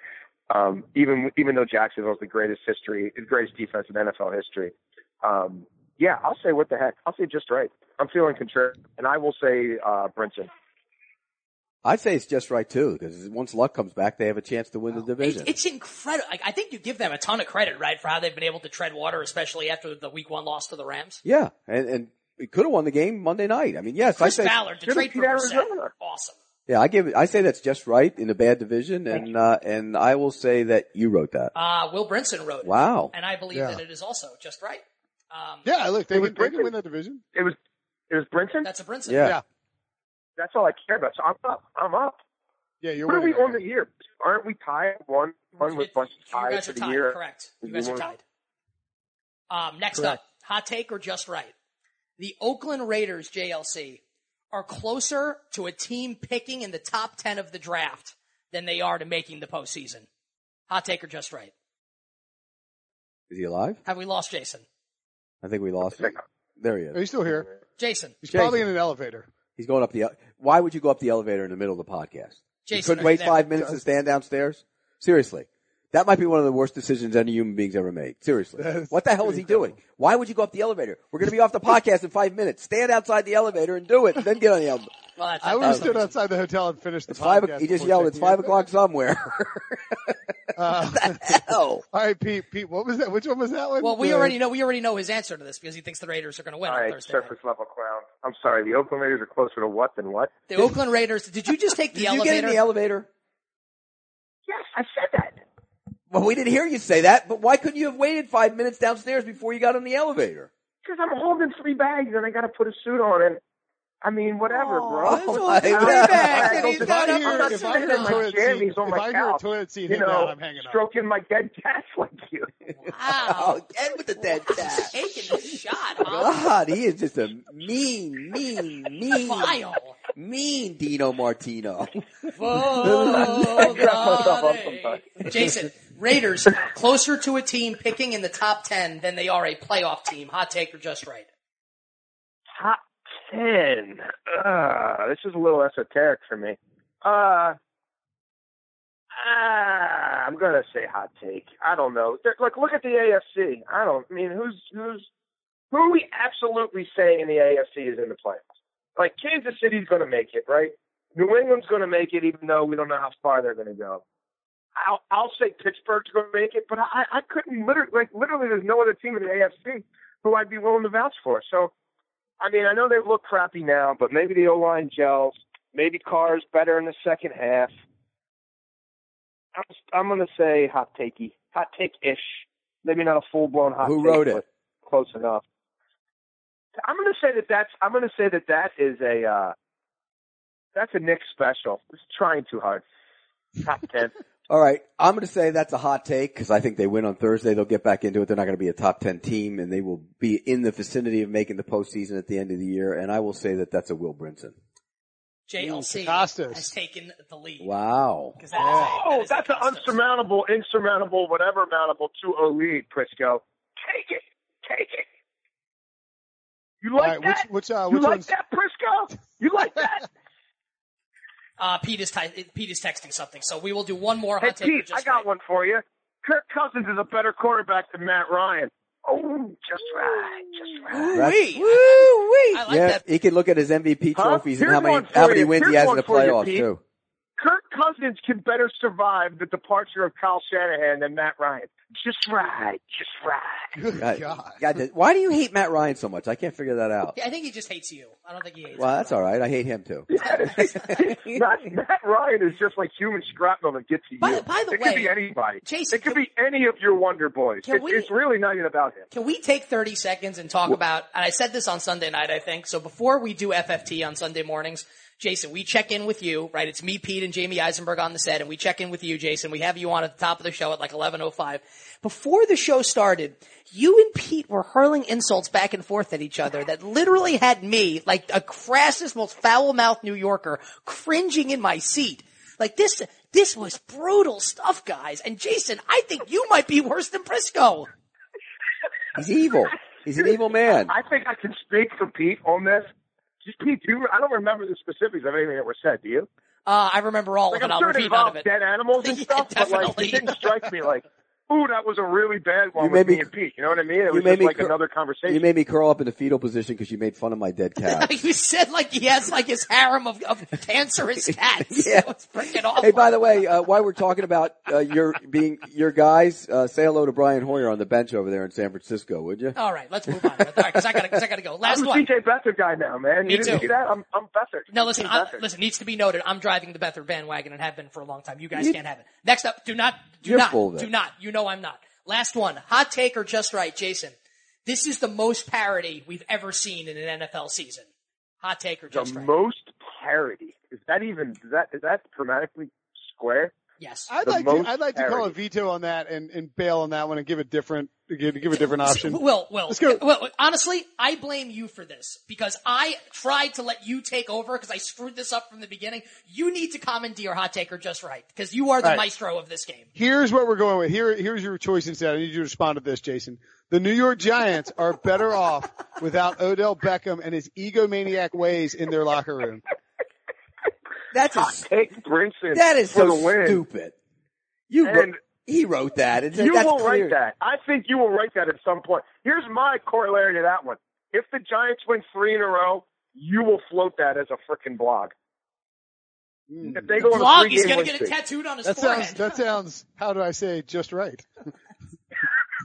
[SPEAKER 6] Um, even even though Jacksonville's the greatest history, the greatest defense in NFL history. Um, yeah, I'll say what the heck. I'll say just right. I'm feeling contrarian, and I will say uh, Brinson.
[SPEAKER 5] I'd say it's just right too, because once luck comes back, they have a chance to win the
[SPEAKER 3] It,
[SPEAKER 5] division.
[SPEAKER 3] it's incredible. Like, I think you give them a ton of credit, right, for how they've been able to tread water, especially after the Week One loss to the Rams.
[SPEAKER 5] yeah, and and we could have won the game Monday night. I mean, yes,
[SPEAKER 3] Chris
[SPEAKER 5] I say
[SPEAKER 3] Ballard to
[SPEAKER 6] Should've
[SPEAKER 3] trade for
[SPEAKER 6] beat
[SPEAKER 3] Brissett.
[SPEAKER 6] Arizona.
[SPEAKER 3] Awesome.
[SPEAKER 5] yeah, I give it- I say that's just right in a bad division, and uh, and I will say that you wrote that.
[SPEAKER 3] Uh, Will Brinson wrote it,
[SPEAKER 5] Wow,
[SPEAKER 3] and I believe
[SPEAKER 1] Yeah.
[SPEAKER 3] that it is also just right. Um,
[SPEAKER 1] Yeah, look, they
[SPEAKER 6] It was
[SPEAKER 1] can, they can
[SPEAKER 6] Brinson.
[SPEAKER 1] win that division.
[SPEAKER 6] It was it was Brinson.
[SPEAKER 3] that's a Brinson.
[SPEAKER 5] yeah.
[SPEAKER 1] Yeah.
[SPEAKER 6] That's all I care about. So I'm up. I'm up.
[SPEAKER 1] Yeah, you're
[SPEAKER 6] What are
[SPEAKER 1] way
[SPEAKER 6] we
[SPEAKER 1] better.
[SPEAKER 6] on the year? Aren't we tied? One, one with us
[SPEAKER 3] you
[SPEAKER 6] tied
[SPEAKER 3] guys
[SPEAKER 6] for
[SPEAKER 3] are
[SPEAKER 6] the
[SPEAKER 3] tied,
[SPEAKER 6] year.
[SPEAKER 3] correct. You
[SPEAKER 6] You
[SPEAKER 3] guys are
[SPEAKER 6] want-
[SPEAKER 3] tied. Um, next
[SPEAKER 1] Correct.
[SPEAKER 3] up, hot take or just right? The Oakland Raiders JLC are closer to a team picking in the top ten of the draft than they are to making the postseason. Hot take or just right?
[SPEAKER 5] Is he alive?
[SPEAKER 3] Have we lost Jason?
[SPEAKER 5] I think we lost him. There he
[SPEAKER 1] Are
[SPEAKER 5] is.
[SPEAKER 1] you still here?
[SPEAKER 3] Jason,
[SPEAKER 1] He's probably in an elevator.
[SPEAKER 5] He's going up the. ele- Why would you go up the elevator in the middle of the podcast? you
[SPEAKER 3] Jason, are
[SPEAKER 5] couldn't
[SPEAKER 3] you
[SPEAKER 5] wait
[SPEAKER 3] there?
[SPEAKER 5] five minutes to stand downstairs. Seriously, that might be one of the worst decisions any human being's ever made. Seriously,
[SPEAKER 1] That's
[SPEAKER 5] what the hell is he doing? Why would you go up the elevator? We're going to be off the podcast in five minutes. Stand outside the elevator and do it. Then get on the elevator.
[SPEAKER 3] Well, that's,
[SPEAKER 1] I would have stood outside the hotel and finished the
[SPEAKER 5] It's five.
[SPEAKER 1] podcast
[SPEAKER 5] He just
[SPEAKER 1] before
[SPEAKER 5] yelled, "It's
[SPEAKER 1] checking in."
[SPEAKER 5] five o'clock somewhere."
[SPEAKER 1] Uh,
[SPEAKER 5] oh,
[SPEAKER 1] all right, Pete. Pete, what was that? Which one was that one?
[SPEAKER 3] well, we
[SPEAKER 1] The-
[SPEAKER 3] already know we already know his answer to this because he thinks the Raiders are going to win
[SPEAKER 6] All
[SPEAKER 3] on
[SPEAKER 6] right,
[SPEAKER 3] Thursday. night.
[SPEAKER 6] surface level clown. I'm sorry, the Oakland Raiders are closer to what than what?
[SPEAKER 3] The Oakland Raiders. Did you just take the
[SPEAKER 5] did you
[SPEAKER 3] elevator?
[SPEAKER 5] get in the elevator?
[SPEAKER 6] Yes, I said that.
[SPEAKER 5] Well, we didn't hear you say that. But why couldn't you have waited five minutes downstairs before you got on the elevator?
[SPEAKER 6] Because I'm holding three bags and I got to put a suit on and. I mean, whatever, bro.
[SPEAKER 5] Oh, my
[SPEAKER 6] I'm
[SPEAKER 5] God.
[SPEAKER 6] not-
[SPEAKER 3] bags and
[SPEAKER 6] I'm
[SPEAKER 3] he's
[SPEAKER 6] not-
[SPEAKER 3] got
[SPEAKER 1] if I
[SPEAKER 3] up
[SPEAKER 1] hear,
[SPEAKER 6] I'm not
[SPEAKER 1] if I
[SPEAKER 6] sitting
[SPEAKER 1] hear
[SPEAKER 6] in
[SPEAKER 1] a
[SPEAKER 6] my
[SPEAKER 1] toilet
[SPEAKER 6] jammies
[SPEAKER 1] seat,
[SPEAKER 6] on
[SPEAKER 1] if
[SPEAKER 6] my
[SPEAKER 1] I hear a
[SPEAKER 6] couch,
[SPEAKER 1] toilet seat
[SPEAKER 6] you
[SPEAKER 1] hit down,
[SPEAKER 6] know,
[SPEAKER 1] I'm hanging up.
[SPEAKER 6] stroking my dead cats like you.
[SPEAKER 3] Wow,
[SPEAKER 5] Oh, get with the dead cat.
[SPEAKER 3] taking the shot, huh?
[SPEAKER 5] God, he is just a mean, mean, mean,
[SPEAKER 3] Vile.
[SPEAKER 5] mean Dino Martino.
[SPEAKER 3] Volare. Oh, Jason, Raiders closer to a team picking in the top ten than they are a playoff team. Hot take or just right?
[SPEAKER 6] top 10. Uh, this is a little esoteric for me. Uh, ah, I'm gonna say hot take. I don't know. They're, like, look at the AFC. I don't. I mean, who's who's who are we absolutely saying in the AFC is in the playoffs? Like Kansas City's gonna make it, right? New England's gonna make it, even though we don't know how far they're gonna go. I'll I'll say Pittsburgh's gonna make it, but I I couldn't literally like literally there's no other team in the AFC who I'd be willing to vouch for. So I mean, I know they look crappy now, but maybe the O line gels. Maybe Carr's better in the second half. I'm, I'm going to say hot takey, hot take ish. Maybe not a full blown hot.
[SPEAKER 5] Who
[SPEAKER 6] take,
[SPEAKER 5] wrote it?
[SPEAKER 6] but Close enough. I'm going to say that that's. I'm going to say that that is a. Uh, that's a Nick special. It's trying too hard. Top ten.
[SPEAKER 5] All right, I'm going to say that's a hot take because I think they win on Thursday. They'll get back into it. They're not going to be a top ten team, and they will be in the vicinity of making the postseason at the end of the year. And I will say that that's a Will Brinson.
[SPEAKER 3] JLC
[SPEAKER 1] Costas.
[SPEAKER 3] has taken the lead.
[SPEAKER 5] Wow.
[SPEAKER 3] 'Cause that is a- that
[SPEAKER 6] Oh,
[SPEAKER 3] is a
[SPEAKER 6] that's an
[SPEAKER 3] Costas.
[SPEAKER 6] unsurmountable, insurmountable, whatever mountable 2-0 lead, Prisco. Take it. Take it. You
[SPEAKER 1] All right,
[SPEAKER 6] like
[SPEAKER 1] which
[SPEAKER 6] that?
[SPEAKER 1] which uh,
[SPEAKER 6] you
[SPEAKER 1] which
[SPEAKER 6] like
[SPEAKER 1] one's
[SPEAKER 6] that, Prisco? You like that?
[SPEAKER 3] Uh, Pete is ty- Pete is texting something, so we will do one more
[SPEAKER 6] hey,
[SPEAKER 3] hot take. or
[SPEAKER 6] Pete,
[SPEAKER 3] just
[SPEAKER 6] I got
[SPEAKER 3] right.
[SPEAKER 6] one for you. Kirk Cousins is a better quarterback than Matt Ryan. Oh, just right. Just right.
[SPEAKER 3] Woo-wee.
[SPEAKER 5] Woo-wee.
[SPEAKER 3] I like
[SPEAKER 5] yeah,
[SPEAKER 3] that.
[SPEAKER 5] he can look at his MVP
[SPEAKER 6] Huh?
[SPEAKER 5] trophies and how
[SPEAKER 6] Here's one
[SPEAKER 5] many
[SPEAKER 6] for
[SPEAKER 5] how many
[SPEAKER 6] you.
[SPEAKER 5] wins he has
[SPEAKER 6] Here's
[SPEAKER 5] in
[SPEAKER 6] one
[SPEAKER 5] the
[SPEAKER 6] for you,
[SPEAKER 5] playoffs
[SPEAKER 6] Pete.
[SPEAKER 5] too.
[SPEAKER 6] Kirk Cousins can better survive the departure of Kyle Shanahan than Matt Ryan. Just right. Just right.
[SPEAKER 1] good
[SPEAKER 5] God.
[SPEAKER 1] God.
[SPEAKER 5] Uh, God, that- why do you hate Matt Ryan so much? I can't figure that out.
[SPEAKER 3] Yeah, I think he just hates you. I don't think he hates.
[SPEAKER 5] Well,
[SPEAKER 3] you.
[SPEAKER 5] that's all right. I hate him too.
[SPEAKER 6] Matt, Matt Ryan is just like human scrapnel that gets to you.
[SPEAKER 3] By the- by the
[SPEAKER 6] it
[SPEAKER 3] way,
[SPEAKER 6] could be anybody.
[SPEAKER 3] Jason,
[SPEAKER 6] it could
[SPEAKER 3] can-
[SPEAKER 6] be any of your Wonder Boys.
[SPEAKER 3] Can
[SPEAKER 6] It-
[SPEAKER 3] we-
[SPEAKER 6] it's really not even about him.
[SPEAKER 3] Can we take 30 seconds and talk about, and I said this on Sunday night, I think. So before we do FFT on Sunday mornings, Jason, we check in with you, right? It's me, Pete, and Jamie Eisenberg on the set, and we check in with you, Jason. We have you on at the top of the show at like 11.05. Before the show started, you and Pete were hurling insults back and forth at each other that literally had me, like a crassest, most foul-mouthed New Yorker, cringing in my seat. Like this, this was brutal stuff, guys. And Jason, I think you might be worse than Briscoe.
[SPEAKER 5] He's evil. He's an evil man.
[SPEAKER 6] I think I can speak for Pete on this. Just Pete, do you, I don't remember the specifics of anything that was said. Do you?
[SPEAKER 3] Uh, I remember all
[SPEAKER 6] Like
[SPEAKER 3] of it.
[SPEAKER 6] I'm
[SPEAKER 3] I'll
[SPEAKER 6] sure it
[SPEAKER 3] repeat none of
[SPEAKER 6] involved
[SPEAKER 3] it.
[SPEAKER 6] dead animals and
[SPEAKER 3] Yeah,
[SPEAKER 6] stuff, but like
[SPEAKER 3] definitely.
[SPEAKER 6] it didn't strike me like, ooh, that was a really bad one
[SPEAKER 5] You
[SPEAKER 6] with
[SPEAKER 5] made
[SPEAKER 6] me
[SPEAKER 5] me-
[SPEAKER 6] and Pete. You know what I mean? It
[SPEAKER 5] you
[SPEAKER 6] was
[SPEAKER 5] made
[SPEAKER 6] just
[SPEAKER 5] me
[SPEAKER 6] like
[SPEAKER 5] cr-
[SPEAKER 6] another
[SPEAKER 5] You
[SPEAKER 6] conversation.
[SPEAKER 5] made me curl up in the fetal position because you made fun of my dead cat.
[SPEAKER 3] you said like he has like his harem of, of cancerous cats.
[SPEAKER 5] Yeah.
[SPEAKER 3] It was freaking awful.
[SPEAKER 5] Hey, by the way, uh, while we're talking about uh, your being your guys, uh, say hello to Brian Hoyer on the bench over there in San Francisco, would you?
[SPEAKER 3] all right, let's move on. All right, because I gotta, cause I gotta go.
[SPEAKER 6] I'm
[SPEAKER 3] Last
[SPEAKER 6] a
[SPEAKER 3] one.
[SPEAKER 6] CJ Beathard guy now, man.
[SPEAKER 3] Me
[SPEAKER 6] you didn't
[SPEAKER 3] too.
[SPEAKER 6] see that? I'm, I'm Beathard.
[SPEAKER 3] No, listen,
[SPEAKER 6] Team
[SPEAKER 3] I,
[SPEAKER 6] Beathard.
[SPEAKER 3] listen. Needs to be noted. I'm driving the Bethard bandwagon and have been for a long time. You guys can't have it. Next up, do not, do
[SPEAKER 5] You're
[SPEAKER 3] not,
[SPEAKER 5] full of it.
[SPEAKER 3] do not. You know I'm not. Last one. Hot take or just right, Jason. This is the most parody we've ever seen in an NFL season. Hot take or
[SPEAKER 6] the
[SPEAKER 3] just right.
[SPEAKER 6] most parody. Is that even is that is that grammatically square?
[SPEAKER 3] Yes.
[SPEAKER 1] I'd
[SPEAKER 6] The
[SPEAKER 1] like
[SPEAKER 6] most
[SPEAKER 1] to, I'd like to call a
[SPEAKER 6] parody.
[SPEAKER 1] veto on that and, and bail on that one and give a different give, give a different option.
[SPEAKER 3] Will, Will,
[SPEAKER 1] Let's go.
[SPEAKER 3] Will, honestly, I blame you for this because I tried to let you take over because I screwed this up from the beginning. You need to commandeer Hot Taker just right because you are the
[SPEAKER 1] Right.
[SPEAKER 3] maestro of this game.
[SPEAKER 1] Here's what we're going with. Here, here's your choice instead. I need you to respond to this, Jason. The New York Giants are better off without Odell Beckham and his egomaniac ways in their locker room.
[SPEAKER 5] That's a,
[SPEAKER 6] Take Brinson
[SPEAKER 5] that is
[SPEAKER 6] for
[SPEAKER 5] so
[SPEAKER 6] the win.
[SPEAKER 5] stupid. You
[SPEAKER 6] And-
[SPEAKER 5] wrote, he wrote that. It's,
[SPEAKER 6] You
[SPEAKER 5] that's
[SPEAKER 6] will
[SPEAKER 5] clear.
[SPEAKER 6] write that. I think you will write that at some point. Here's my corollary to that one. If the Giants win three in a row, you will float that as a frickin' blog. If they go on a
[SPEAKER 3] Blog,
[SPEAKER 6] three
[SPEAKER 3] he's
[SPEAKER 6] game
[SPEAKER 3] gonna
[SPEAKER 6] win
[SPEAKER 3] get it
[SPEAKER 6] streak.
[SPEAKER 3] tattooed on his
[SPEAKER 1] That
[SPEAKER 3] forehead.
[SPEAKER 1] sounds, that sounds, how do I say, just right.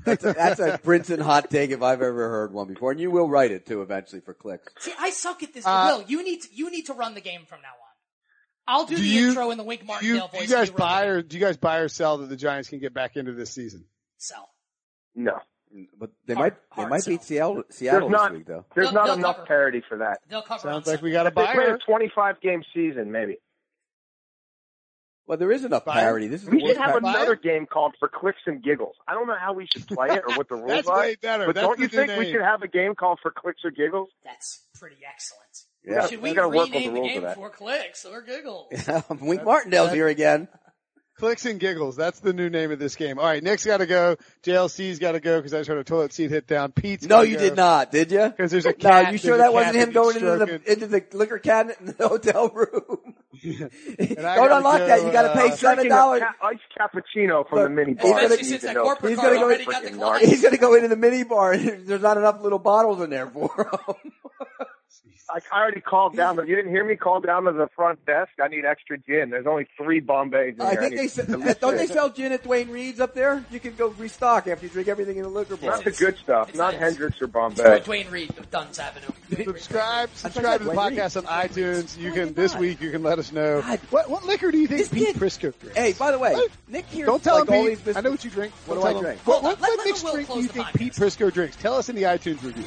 [SPEAKER 5] That's a, that's a Brinson hot take if I've ever heard one before. And you will write it too eventually for clicks.
[SPEAKER 3] See, I suck at this.
[SPEAKER 1] Uh,
[SPEAKER 3] Will, you need to, you need to run the game from now on. I'll do,
[SPEAKER 1] Do
[SPEAKER 3] the
[SPEAKER 1] you-
[SPEAKER 3] intro in the Wink
[SPEAKER 1] Do you,
[SPEAKER 3] Martindale
[SPEAKER 1] do
[SPEAKER 3] voice.
[SPEAKER 1] you guys
[SPEAKER 3] and run the
[SPEAKER 1] buy
[SPEAKER 3] game.
[SPEAKER 1] or do you guys buy or sell that the Giants can get back into this season?
[SPEAKER 3] Sell.
[SPEAKER 6] No.
[SPEAKER 5] But they
[SPEAKER 3] Hard-
[SPEAKER 5] might they
[SPEAKER 3] hard
[SPEAKER 5] might
[SPEAKER 3] sell.
[SPEAKER 5] beat Seattle Seattle
[SPEAKER 6] There's
[SPEAKER 5] this
[SPEAKER 6] not
[SPEAKER 5] week though.
[SPEAKER 6] there's
[SPEAKER 3] They'll-
[SPEAKER 6] not
[SPEAKER 3] they'll
[SPEAKER 6] enough
[SPEAKER 3] cover.
[SPEAKER 6] parity for that.
[SPEAKER 3] They'll cover.
[SPEAKER 1] Sounds
[SPEAKER 3] on
[SPEAKER 1] like we got a
[SPEAKER 6] They played
[SPEAKER 1] buyer.
[SPEAKER 6] a twenty five game season, maybe.
[SPEAKER 5] Well, there is enough
[SPEAKER 1] Fire?
[SPEAKER 5] parity. This is the
[SPEAKER 6] We should
[SPEAKER 5] worst
[SPEAKER 6] have
[SPEAKER 5] parody.
[SPEAKER 1] Buy it?
[SPEAKER 6] another game called for clicks and giggles. I don't know how we should play it or what the rules
[SPEAKER 1] That's
[SPEAKER 6] are.
[SPEAKER 1] way better.
[SPEAKER 6] But
[SPEAKER 1] That's
[SPEAKER 6] don't you
[SPEAKER 1] the new
[SPEAKER 6] think we
[SPEAKER 1] name.
[SPEAKER 6] should have a game called for clicks or giggles?
[SPEAKER 3] Sunday. That's pretty excellent.
[SPEAKER 5] Yeah.
[SPEAKER 3] Should
[SPEAKER 6] we
[SPEAKER 3] we
[SPEAKER 6] gotta work on the
[SPEAKER 3] rename the
[SPEAKER 6] rules of
[SPEAKER 3] game
[SPEAKER 6] that.
[SPEAKER 3] for clicks or giggles?
[SPEAKER 5] Wink Martindale's
[SPEAKER 1] that-
[SPEAKER 5] here again.
[SPEAKER 1] Clicks and giggles. That's the new name of this game. All right, Nick's got to go. JLC's got to go because I just heard a toilet seat hit down. Pete's
[SPEAKER 5] No,
[SPEAKER 1] gotta
[SPEAKER 5] you
[SPEAKER 1] go.
[SPEAKER 5] did not, did you?
[SPEAKER 1] 'Cause there's a
[SPEAKER 5] No,
[SPEAKER 1] cat-
[SPEAKER 5] you sure
[SPEAKER 1] there's a
[SPEAKER 5] that wasn't
[SPEAKER 1] cat
[SPEAKER 5] him
[SPEAKER 1] that
[SPEAKER 5] going
[SPEAKER 1] keeps
[SPEAKER 5] into the
[SPEAKER 1] stroking.
[SPEAKER 5] into the liquor cabinet in the hotel room?
[SPEAKER 1] I
[SPEAKER 5] Don't
[SPEAKER 1] gotta
[SPEAKER 5] unlock that.
[SPEAKER 1] go,
[SPEAKER 5] You got to pay
[SPEAKER 1] uh,
[SPEAKER 5] seven
[SPEAKER 6] Drinking a
[SPEAKER 5] dollars.
[SPEAKER 6] ca- iced cappuccino from
[SPEAKER 5] Look,
[SPEAKER 6] the mini
[SPEAKER 5] he's
[SPEAKER 6] bar.
[SPEAKER 5] gonna-
[SPEAKER 6] You
[SPEAKER 3] since
[SPEAKER 6] need
[SPEAKER 3] that
[SPEAKER 6] to know.
[SPEAKER 3] corporate
[SPEAKER 5] He's
[SPEAKER 3] card
[SPEAKER 5] gonna go-
[SPEAKER 3] already got the
[SPEAKER 6] Freaking
[SPEAKER 3] client.
[SPEAKER 5] He's going to go into the mini bar, and there's not enough little bottles in there for him.
[SPEAKER 6] I, I already called down. To, you didn't hear me call down to the front desk. I need extra gin. There's only three Bombays in
[SPEAKER 5] I
[SPEAKER 6] here.
[SPEAKER 5] think they
[SPEAKER 6] need-
[SPEAKER 5] se- don't they sell gin at Dwayne Reed's up there. You can go restock after you drink everything in the liquor bar.
[SPEAKER 6] not the good stuff.
[SPEAKER 3] It's
[SPEAKER 6] Not
[SPEAKER 3] nice.
[SPEAKER 6] Hendrix or
[SPEAKER 3] Or
[SPEAKER 6] Bombay.
[SPEAKER 3] Dwayne Reed of Dunn's Avenue.
[SPEAKER 1] Subscribe,
[SPEAKER 5] I
[SPEAKER 1] subscribe to the
[SPEAKER 5] thought that
[SPEAKER 1] podcast on iTunes. You
[SPEAKER 5] Why
[SPEAKER 1] can
[SPEAKER 5] did
[SPEAKER 1] this
[SPEAKER 5] not?
[SPEAKER 1] week. You can let us know
[SPEAKER 5] God.
[SPEAKER 1] what what liquor do you
[SPEAKER 5] This
[SPEAKER 1] think Pete
[SPEAKER 5] kid-
[SPEAKER 1] Prisco drinks.
[SPEAKER 5] Hey, by the way,
[SPEAKER 1] What?
[SPEAKER 5] Nick here.
[SPEAKER 1] don't tell
[SPEAKER 5] like all
[SPEAKER 1] him
[SPEAKER 5] these
[SPEAKER 1] Pete.
[SPEAKER 5] business-
[SPEAKER 1] I know what you drink.
[SPEAKER 5] What
[SPEAKER 1] Don't
[SPEAKER 5] do I
[SPEAKER 1] tell him.
[SPEAKER 5] drink?
[SPEAKER 1] What,
[SPEAKER 3] Hold
[SPEAKER 1] what,
[SPEAKER 3] on, let-
[SPEAKER 1] what
[SPEAKER 3] let
[SPEAKER 1] mixed
[SPEAKER 3] Will
[SPEAKER 1] drink do
[SPEAKER 3] close
[SPEAKER 1] you
[SPEAKER 3] the
[SPEAKER 1] think
[SPEAKER 3] podcast.
[SPEAKER 1] Pete Prisco drinks? Tell us in the iTunes review.